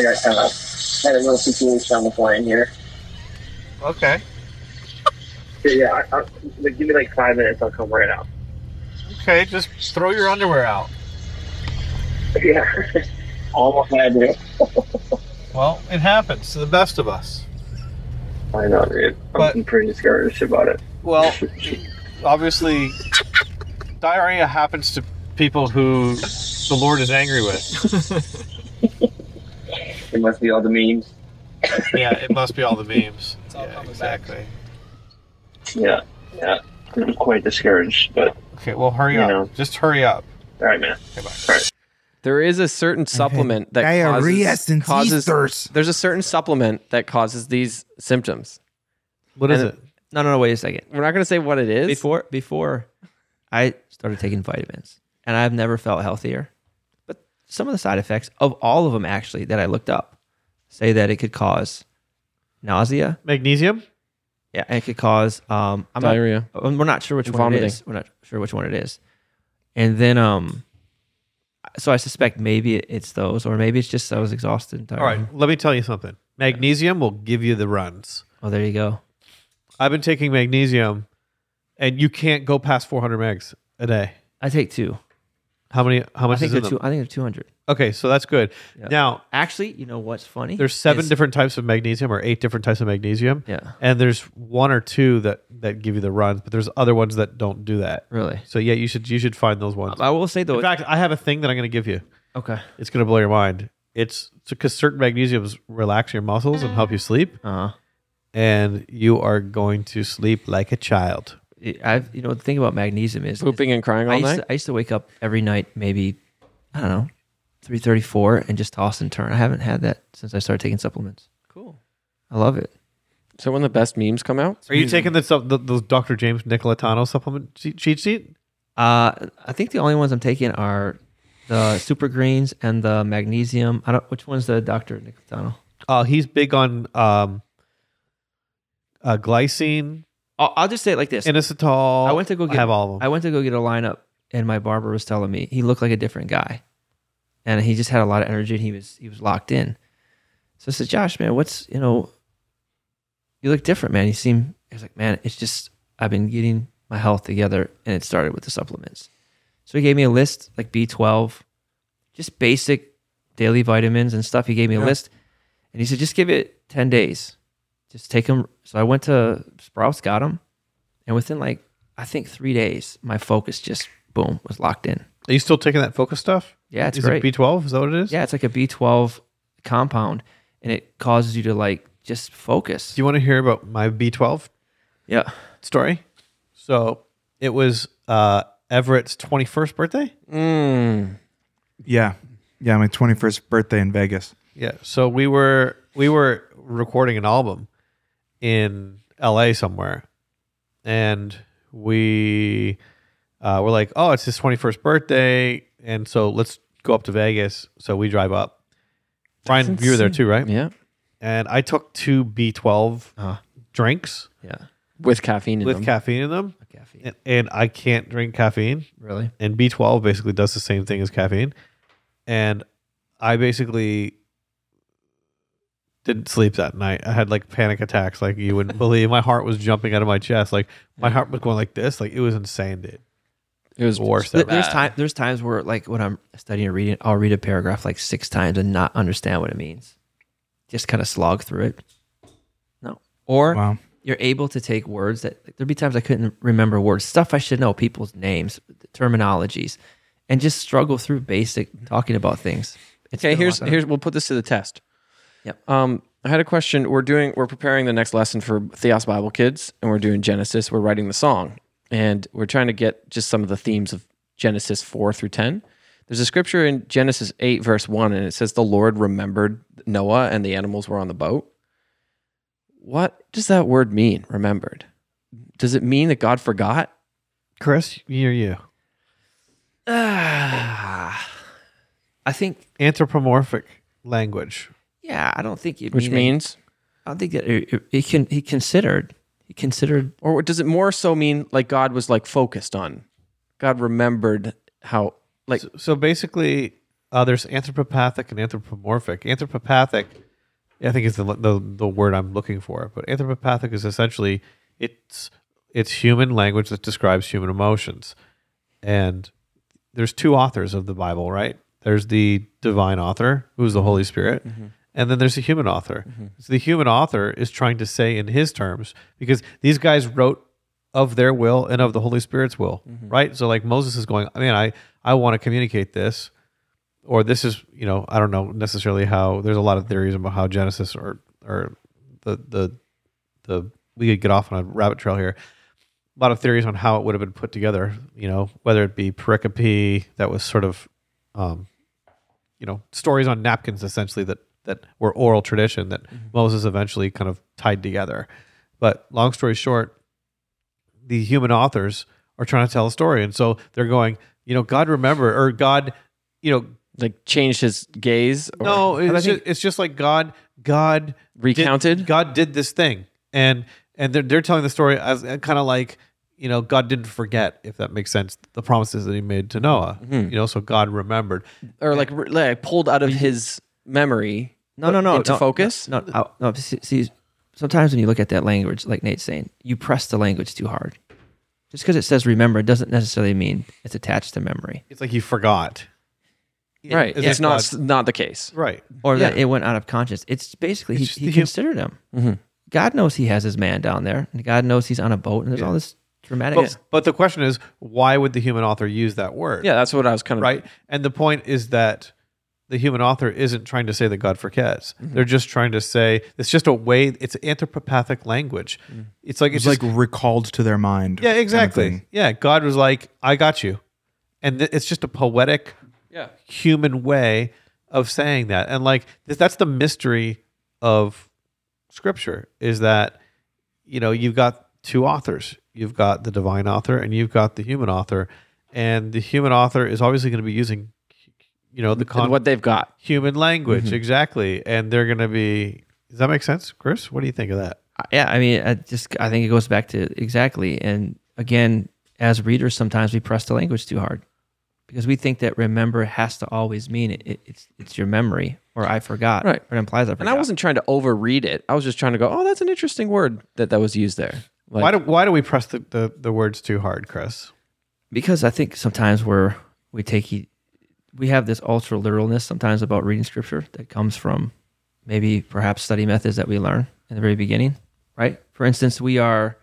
G: yeah, I got kind of had a little situation on the plane here.
E: Okay.
G: But yeah, I, I, like, give me like five minutes. I'll come right out. *laughs*
E: Okay, just throw your underwear out.
G: Yeah, almost had it.
E: Well, it happens to the best of us.
G: *laughs* I know, dude. I'm
E: But-
G: pretty discouraged about it.
E: Well, obviously, diarrhea happens to people who the Lord is angry with.
G: It must be all the memes.
E: Yeah, it must be all the memes. yeah, exactly.
G: Yeah, yeah. I'm quite discouraged, but
E: Okay, well, hurry
G: You
E: up.
G: know.
E: Just hurry up.
G: all right, man.
C: There is a certain supplement that
B: Diarrhea
C: causes,
B: since
C: causes
B: Easter's.
C: there's a certain supplement that causes these symptoms.
A: What is
C: And-
A: it?
D: No, no, no. Wait a second.
C: We're not going to say what it is.
D: Before before I started taking vitamins, and I've never felt healthier. But some of the side effects of all of them, actually, that I looked up, say that it could cause nausea.
A: Magnesium?
D: Yeah, and it could cause um, I'm not-
C: Diarrhea.
D: um, we're not sure which
C: And
D: one
C: vomiting.
D: it is. We're not sure which one it is. And then, um, so I suspect maybe it's those, or maybe it's just I was exhausted. And tired.
A: All right, let me tell you something. Magnesium will give you the runs.
D: Oh, there you go.
A: I've been taking magnesium, and you can't go past 400 megs a day.
D: I take two.
A: How many? How much
D: I think
A: is in
D: they're
A: them?
D: two. I think they're two hundred.
A: Okay, so that's good.
D: Yeah.
A: Now,
D: Actually, you know what's funny?
A: there's seven
D: is-
A: different types of magnesium or eight different types of magnesium.
D: Yeah.
A: And there's one or two that that give you the runs, but there's other ones that don't do that.
D: Really?
A: So yeah, you should you should find those ones.
D: I will say though.
A: In fact, I have a thing that I'm going to give you.
D: okay.
A: It's going to blow your mind. It's because certain magnesiums relax your muscles and help you sleep,
D: Uh huh.
A: and you are going to sleep like a child.
D: I've you know the thing about magnesium is
C: Pooping and crying
D: I
C: all
D: used,
C: night.
D: to, I used to wake up every night, maybe I don't know, three thirty four, and just toss and turn. I haven't had that since I started taking supplements.
C: Cool.
D: I love it.
C: So when the best memes come out,
A: Are you taking the, sup- the, the Dr. James Nicolatano supplement cheat cheat sheet?
D: Uh, I think the only ones I'm taking are the super greens and the magnesium. I don't. Which one's the Doctor Nicotano?
A: Uh, he's big on um, uh, glycine,
D: I'll, I'll just say it like this.
A: inositol.
D: I went to go
A: I
D: get
A: have all of them.
D: I went to go get a lineup, and my barber was telling me he looked like a different guy, and he just had a lot of energy, and he was he was locked in. So I said, Josh, man, what's you know, you look different, man. You seem. I was like, man, it's just I've been getting my health together, and it started with the supplements. So he gave me a list like B twelve, just basic daily vitamins and stuff. He gave me a list, and he said, just give it ten days, just take them. So I went to Sprouts, got them, and within like I think three days, my focus just boom was locked in.
A: Are you still taking that focus stuff?
D: Yeah, it's
A: is
D: great.
A: it B twelve? Is that what it is?
D: yeah, it's like a B12 compound, and it causes you to like just focus.
A: Do you want to hear about my B twelve
D: yeah.
A: story? So it was uh, Everett's twenty first birthday.
C: mm,
B: Yeah, yeah. My twenty first birthday in Vegas.
A: Yeah. So we were we were recording an album in L.A. somewhere, and we uh, were like, "Oh, it's his twenty-first birthday," and so let's go up to Vegas. So we drive up. Brian, you were there too, right?
C: yeah,
A: And I took two B12
D: Uh-huh.
A: drinks
D: Yeah.
C: with caffeine in
A: with
C: them.
A: caffeine in them,
D: Caffeine.
A: and, and I can't drink caffeine.
D: Really?
A: and B12 basically does the same thing as caffeine. And I basically didn't sleep that night. I had like panic attacks, like you wouldn't believe. My heart was jumping out of my chest, like my heart was going like this, like it was insane, dude.
C: It was
A: Worse.
D: Th- There's
C: bad.
D: time. There's times where, like, when I'm studying or reading, I'll read a paragraph like six times and not understand what it means. Just kind of slog through it. No, or
B: Wow.
D: you're able to take words that like, there'd be times I couldn't remember words, stuff I should know, people's names, terminologies, and just struggle through basic talking about things. It's
C: Okay,
D: been a
C: here's
D: lot of-
C: here's we'll put this to the test.
D: Yep.
C: Um, I had a question. We're doing we're preparing the next lesson for Theos Bible Kids, and we're doing Genesis. We're writing the song, and we're trying to get just some of the themes of Genesis four through ten. There's a scripture in Genesis eight verse one, and it says the Lord remembered Noah and the animals were on the boat. What does that word mean? Remembered? Does it mean that God forgot?
A: Chris, you're you.
D: Ah. I think
A: Anthropomorphic language.
D: yeah, I don't think it
C: Which
D: mean-
C: means,
D: I don't think that it, it, it can he considered he considered
C: or does it more so mean like God was like focused on? God remembered how like
A: So, so basically, uh, there's anthropopathic and anthropomorphic. Anthropopathic, I think, is the, the the word I'm looking for. But anthropopathic is essentially it's it's human language that describes human emotions. And there's two authors of the Bible, right? There's the divine author, who's the Holy Spirit, and then there's the human author. So the human author is trying to say in his terms because these guys wrote of their will and of the Holy Spirit's will, right? So like Moses is going, man, I I want to communicate this, or this is you know I don't know necessarily how. There's a lot of theories about how Genesis or or the the the we could get off on a rabbit trail here. A lot of theories on how it would have been put together, you know, whether it be pericope that was sort of, um, you know, stories on napkins essentially that that were oral tradition that Moses eventually kind of tied together. But long story short, the human authors are trying to tell a story, and so they're going, you know, God remember or God, you know,
C: like changed his gaze or
A: no,
D: I
A: it's
D: think-
A: just, it's just like God, God did-
C: recounted
A: God did this thing, and and they're they're telling the story as uh, kind of like you know God didn't forget if that makes sense the promises that He made to Noah.
C: Mm-hmm.
A: You know, so God remembered.
C: or like, re- like pulled out of his memory
D: no no no
C: into
D: no,
C: focus?
D: no no, uh, no, no see, see, sometimes when you look at that language like Nate's saying you press the language too hard just because it says remember doesn't necessarily mean it's attached to memory
A: It's like He forgot,
C: right
A: It's like
C: it's, not
A: God-
C: not the case
A: right?
D: or that
A: Yeah.
D: it went out of conscience it's basically
A: It's just
D: he,
A: the
D: he
A: hum- mm-hmm.
D: considered him
C: Mhm.
D: God knows he has his man down there and God knows he's on a boat and there's all this dramatic
A: But, but the question is, why would the human author use that word?
C: yeah that's what i was kind of
A: right? And the point is that the human author isn't trying to say that God forgets. They're just trying to say it's just a way. It's anthropopathic language. It's like
B: It's,
A: it's, like.
B: like recalled to their mind.
A: Yeah,
B: kind of
A: exactly.
B: thing.
A: yeah, God was like, "I got you," and th- it's just a poetic,
C: Yeah.
A: human way of saying that. And like th- that's the mystery of Scripture is that you know you've got two authors, you've got the divine author, and you've got the human author, and the human author is obviously going to be using you know the con-
C: and what they've got
A: human language
B: Mm-hmm.
A: exactly, and they're going to be. Does that make sense, Chris? What do you think of that?
D: I- yeah i mean i just i think it goes back to exactly and again as readers sometimes we press the language too hard because we think that remember has to always mean it, it it's it's your memory or i forgot
C: Right.
D: or it implies i forgot
C: and i wasn't trying to overread it i was just trying to go oh that's an interesting word that that was used there
A: *laughs*
C: like,
A: why do why do we press the, the, the words too hard, Chris?
D: because i think sometimes we're we take e- we have this ultra literalness sometimes about reading scripture that comes from maybe perhaps study methods that we learn in the very beginning right for instance we are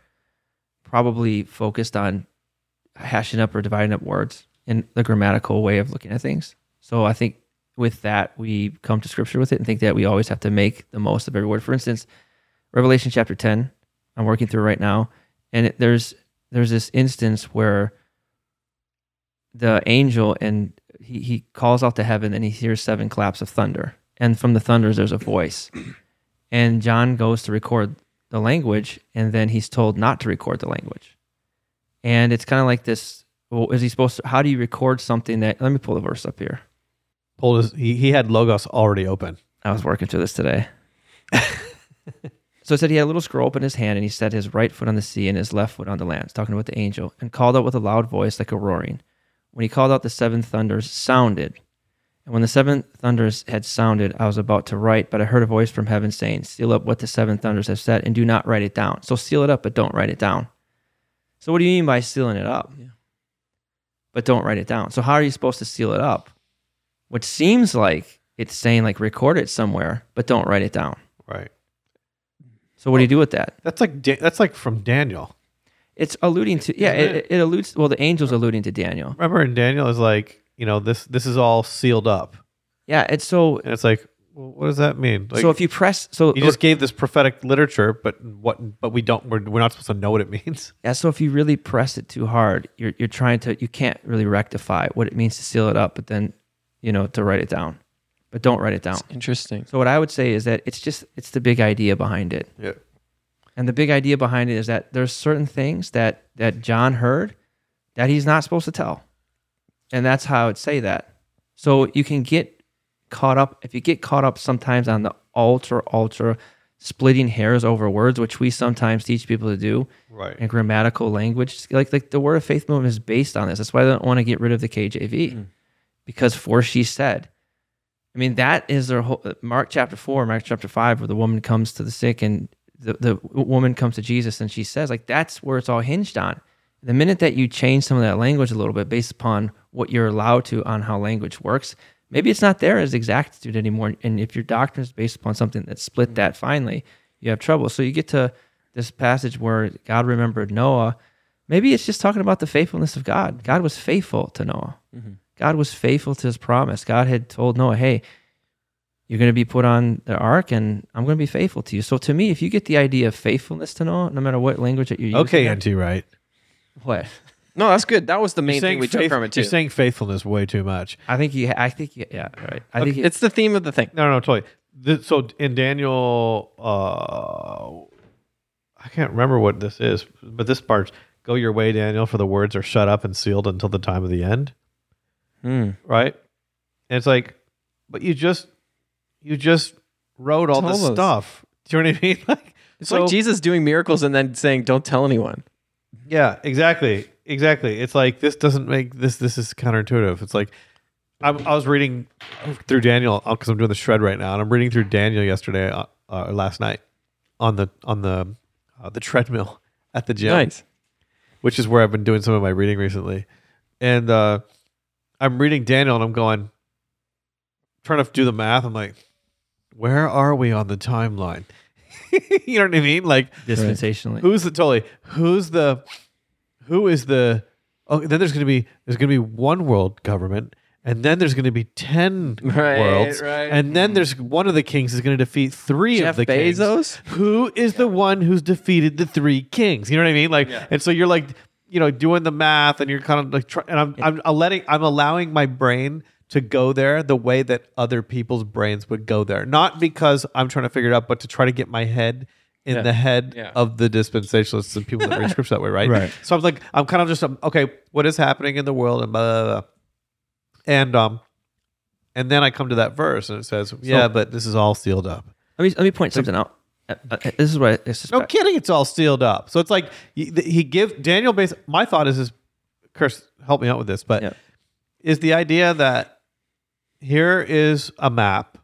D: probably focused on hashing up or dividing up words in the grammatical way of looking at things. So I think with that, we come to scripture with it and think that we always have to make the most of every word. For instance, Revelation chapter 10, I'm working through right now, and it, there's there's this instance where the angel and he, he calls out to heaven and he hears seven claps of thunder. And from the thunders, there's a voice. *clears throat* And John goes to record the language, and then he's told not to record the language and it's kind of like this well, is he supposed to how do you record something that let me pull the verse up here
A: pulled his he, he had logos already open
D: i was working through this today so it said he had a little scroll up in his hand and he set his right foot on the sea and his left foot on the land It's talking about the angel and called out with a loud voice like a roaring when he called out the seven thunders sounded and when the seven thunders had sounded i was about to write but i heard a voice from heaven saying seal up what the seven thunders have said and do not write it down so seal it up but don't write it down so what do you mean by sealing it up but don't write it down. So how are you supposed to seal it up? Which seems like it's saying like record it somewhere, but don't write it down.
A: Right.
D: So what do you do with that?
A: That's like da- that's like from Daniel.
D: It's alluding to yeah, it, it alludes well the angel's alluding to Daniel.
A: Remember, and Daniel is like, you know, this this is all sealed up,
D: Yeah, it's so
A: and it's like, well, what does that mean? Like,
D: so if you press so
A: you just gave this prophetic literature, but what? But we don't. We're, we're not supposed to know what it *laughs* means.
D: Yeah, so if you really press it too hard, you're you're trying to you can't really rectify what it means to seal it up, but then you know to write it down, but don't write it down.
C: Interesting.
D: So what I would say is that it's just it's the big idea behind it,
A: Yeah.
D: and the big idea behind it is that there's certain things that that John heard that he's not supposed to tell, and that's how I would say that. So you can get caught up if you get caught up sometimes on the ultra ultra splitting hairs over words, which we sometimes teach people to do
A: Right.
D: and grammatical language. Like like the word of faith movement is based on this. That's why I don't want to get rid of the KJV because for she said. I mean that is their whole Mark chapter four, Mark chapter five, where the woman comes to the sick and the the woman comes to Jesus and she says like that's where it's all hinged on. The minute that you change some of that language a little bit based upon what you're allowed to on how language works, maybe it's not there as exactitude anymore. And if your doctrine is based upon something that's split that finely, you have trouble. So you get to this passage where God remembered Noah. Maybe it's just talking about the faithfulness of God. God was faithful to Noah. God was faithful to his promise. God had told Noah, hey, you're going to be put on the ark and I'm going to be faithful to you. So to me, if you get the idea of faithfulness to Noah, no matter what language that you're using,
A: Okay, NT. Right.
D: *laughs* what?
C: No, that's good. That was the main
A: You're saying
C: thing we took
A: faith-
C: from it too.
A: You're saying faithfulness way too much.
D: I think you. I think you, yeah. Right. I think you,
C: it's the theme of the thing.
A: No, no, totally. Th- so in Daniel, uh, I can't remember what this is, but this part, go your way, Daniel, for the words are shut up and sealed until the time of the end.
C: Hmm.
A: Right? And it's like, but you just, you just wrote all this
C: Told us.
A: stuff. Do you know what I mean? *laughs* Like,
C: It's
A: so-
C: like Jesus doing miracles and then saying, "Don't tell anyone."
A: Yeah, exactly, exactly. It's like this doesn't make this. This is counterintuitive. It's like I, I was reading through Daniel because I'm doing the shred right now, and I'm reading through Daniel yesterday, uh, uh, last night on the on the uh, the treadmill *laughs* at the gym,
C: Nice.
A: which is where I've been doing some of my reading recently. And uh, I'm reading Daniel, and I'm going trying to do the math. I'm like, where are we on the timeline? *laughs* you know what I mean? Like
D: dispensationally.
A: Who's the totally? Who's the? Who is the? Oh, then there's gonna be there's gonna be one world government, and then there's gonna be ten
C: *laughs* Right,
A: worlds,
C: right. Mm-hmm.
A: and then there's one of the kings is gonna defeat three
C: Jeff
A: of the kings.
C: Bezos?
A: *laughs* Who is the one who's defeated the three kings? You know what I mean? Like, and so you're like, you know, doing the math, and you're kind of like, try, and I'm I'm I'm letting I'm allowing my brain to go there the way that other people's brains would go there, not because I'm trying to figure it out, but to try to get my head in the head
C: Yeah.
A: of the dispensationalists and people that
C: *laughs*
A: read scripture that way, right?
B: Right.
A: So I'm like, I'm kind of just um, okay. What is happening in the world and blah, blah, blah. and um, and then I come to that verse and it says, yeah, but this is all sealed up.
D: Let me let me point something out. Uh, uh, This is what I
A: No
D: suspect.
A: kidding, it's all sealed up. So it's like he, he give Daniel. Base my thought is is, curse. Help me out with this, but
D: Yeah.
A: is the idea that here is a map,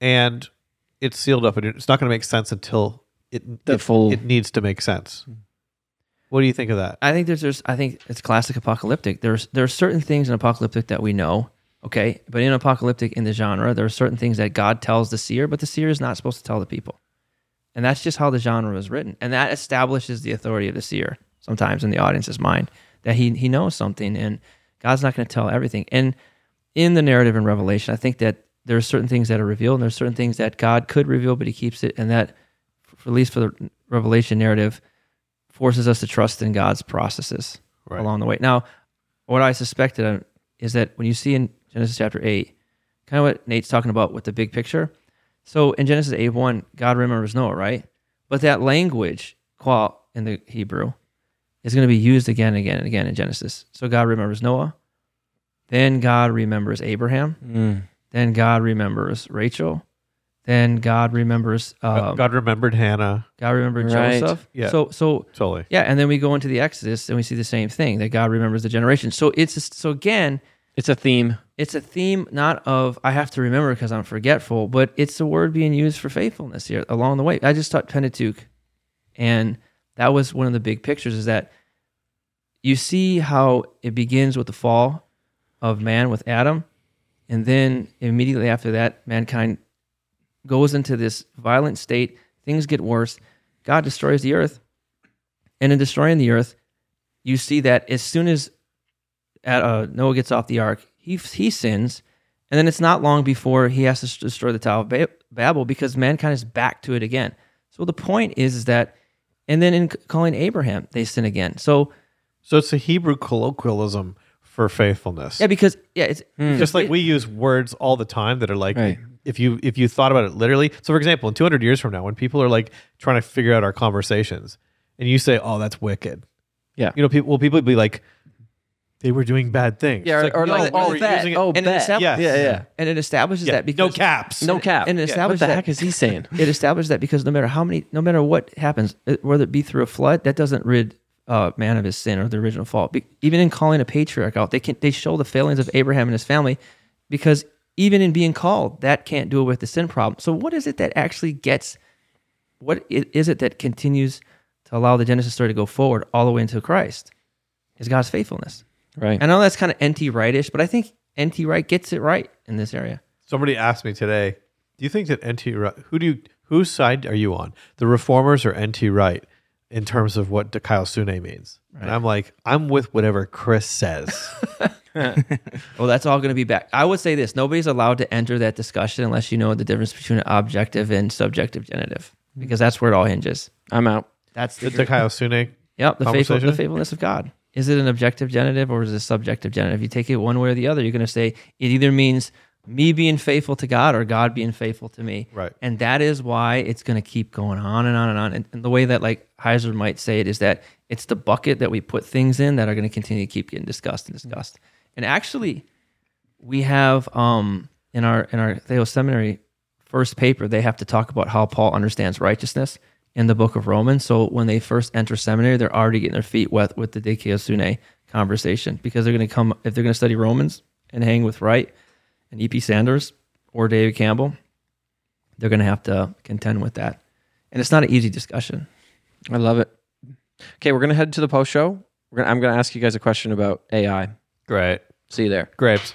A: and it's sealed up, and it's not going to make sense until it
C: The
A: it,
C: full-
A: it needs to make sense. What do you think of that?
D: I think there's, there's I think it's classic apocalyptic. There's there are certain things in apocalyptic that we know, okay, but in apocalyptic in the genre, there are certain things that God tells the seer, but the seer is not supposed to tell the people, and that's just how the genre was written, and that establishes the authority of the seer sometimes in the audience's mind that he he knows something, and God's not going to tell everything. And in the narrative in Revelation, I think that there are certain things that are revealed, and there are certain things that God could reveal, but He keeps it, and that, for, at least for the Revelation narrative, forces us to trust in God's processes
A: Right.
D: along the way. Now, what I suspected uh, is that when you see in Genesis chapter 8, kind of what Nate's talking about with the big picture. So in Genesis 8 1, God remembers Noah, right? But that language, qual, in the Hebrew, is going to be used again and again and again in Genesis. So God remembers Noah. Then God remembers Abraham.
C: Mm.
D: Then God remembers Rachel. Then God remembers um, God,
A: God remembered Hannah.
D: remembered
C: Right.
D: Joseph.
A: Yeah.
D: So so
A: Totally.
D: yeah, and then we go into the Exodus and we see the same thing that God remembers the generation. So it's just- so again,
C: It's a theme.
D: it's a theme not of I have to remember because I'm forgetful, but it's the word being used for faithfulness here along the way. I just taught Pentateuch, and that was one of the big pictures is that you see how it begins with the fall of man with Adam, and then immediately after that, mankind goes into this violent state. Things get worse. God destroys the earth, and in destroying the earth, you see that as soon as at, uh, Noah gets off the ark, he he sins, and then it's not long before he has to s- destroy the Tower of Ba- Babel because mankind is back to it again. So the point is, is that, and then in c- calling Abraham, they sin again. So
A: So it's a Hebrew colloquialism for faithfulness.
D: yeah, because yeah, it's
C: Hmm.
A: just like we use words all the time that are like
C: Right.
A: if you if you thought about it literally so for example in 200 years from now when people are like trying to figure out our conversations and you say oh that's wicked
C: Yeah.
A: you know people will people be like they were doing bad things
C: Yeah,
A: It's like,
C: or, or
A: no,
C: like,
A: we
C: oh,
A: were
C: bet.
A: using it-
C: oh,
D: and it
C: bet.
D: estab-
A: Yes.
C: Yeah, yeah.
D: and it establishes
A: yeah,
D: that because
A: no caps
C: No cap.
D: and it
C: What
D: establishes
C: the
D: that-
C: heck is he
D: *laughs*
C: saying?
D: it established that because no matter how many, no matter what happens, it- whether it be through a flood, that doesn't rid uh, man of his sin or the original fault. Be- even in calling a patriarch out, they can they show the failings of Abraham and his family, because even in being called, that can't do it with the sin problem. So what is it that actually gets? What i- is it that continues to allow the Genesis story to go forward all the way into Christ? Is God's faithfulness.
C: Right.
D: I know that's kind of NT Wright-ish, but I think NT Wright gets it right in this area.
A: somebody asked me today do you think that nt Wright- who do you whose side are you on the reformers or nt right in terms of what Kyle Sune means and i'm like i'm with whatever chris
C: *laughs*
A: says
D: Well, that's all going to be back. I would say this: nobody's allowed to enter that discussion unless you know the difference between an objective and subjective genitive, because that's where it all hinges.
C: I'm out.
D: That's the,
A: the Kyle Sune
D: yep, the, faithful, the
A: conversation?
D: faithfulness of God. Is it an objective genitive or is it a subjective genitive? You take it one way or the other. You're going to say it either means me being faithful to God or God being faithful to me.
A: Right.
D: And that is why it's going to keep going on and on and on. And, and the way that like Heiser might say it is that it's the bucket that we put things in that are going to continue to keep getting discussed and discussed. And actually, we have um, in our in our Theo Seminary first paper, they have to talk about how Paul understands righteousness in the book of Romans. So when they first enter seminary, they're already getting their feet wet with the Dekeosune conversation because they're going to come if they're going to study Romans and hang with Wright and E.P. Sanders or David Campbell, they're going to have to contend with that. And it's not an easy discussion.
C: I love it. Okay, we're gonna head to the post show. We're gonna, I'm gonna ask you guys a question about AI.
A: great
C: See you there.
A: grapes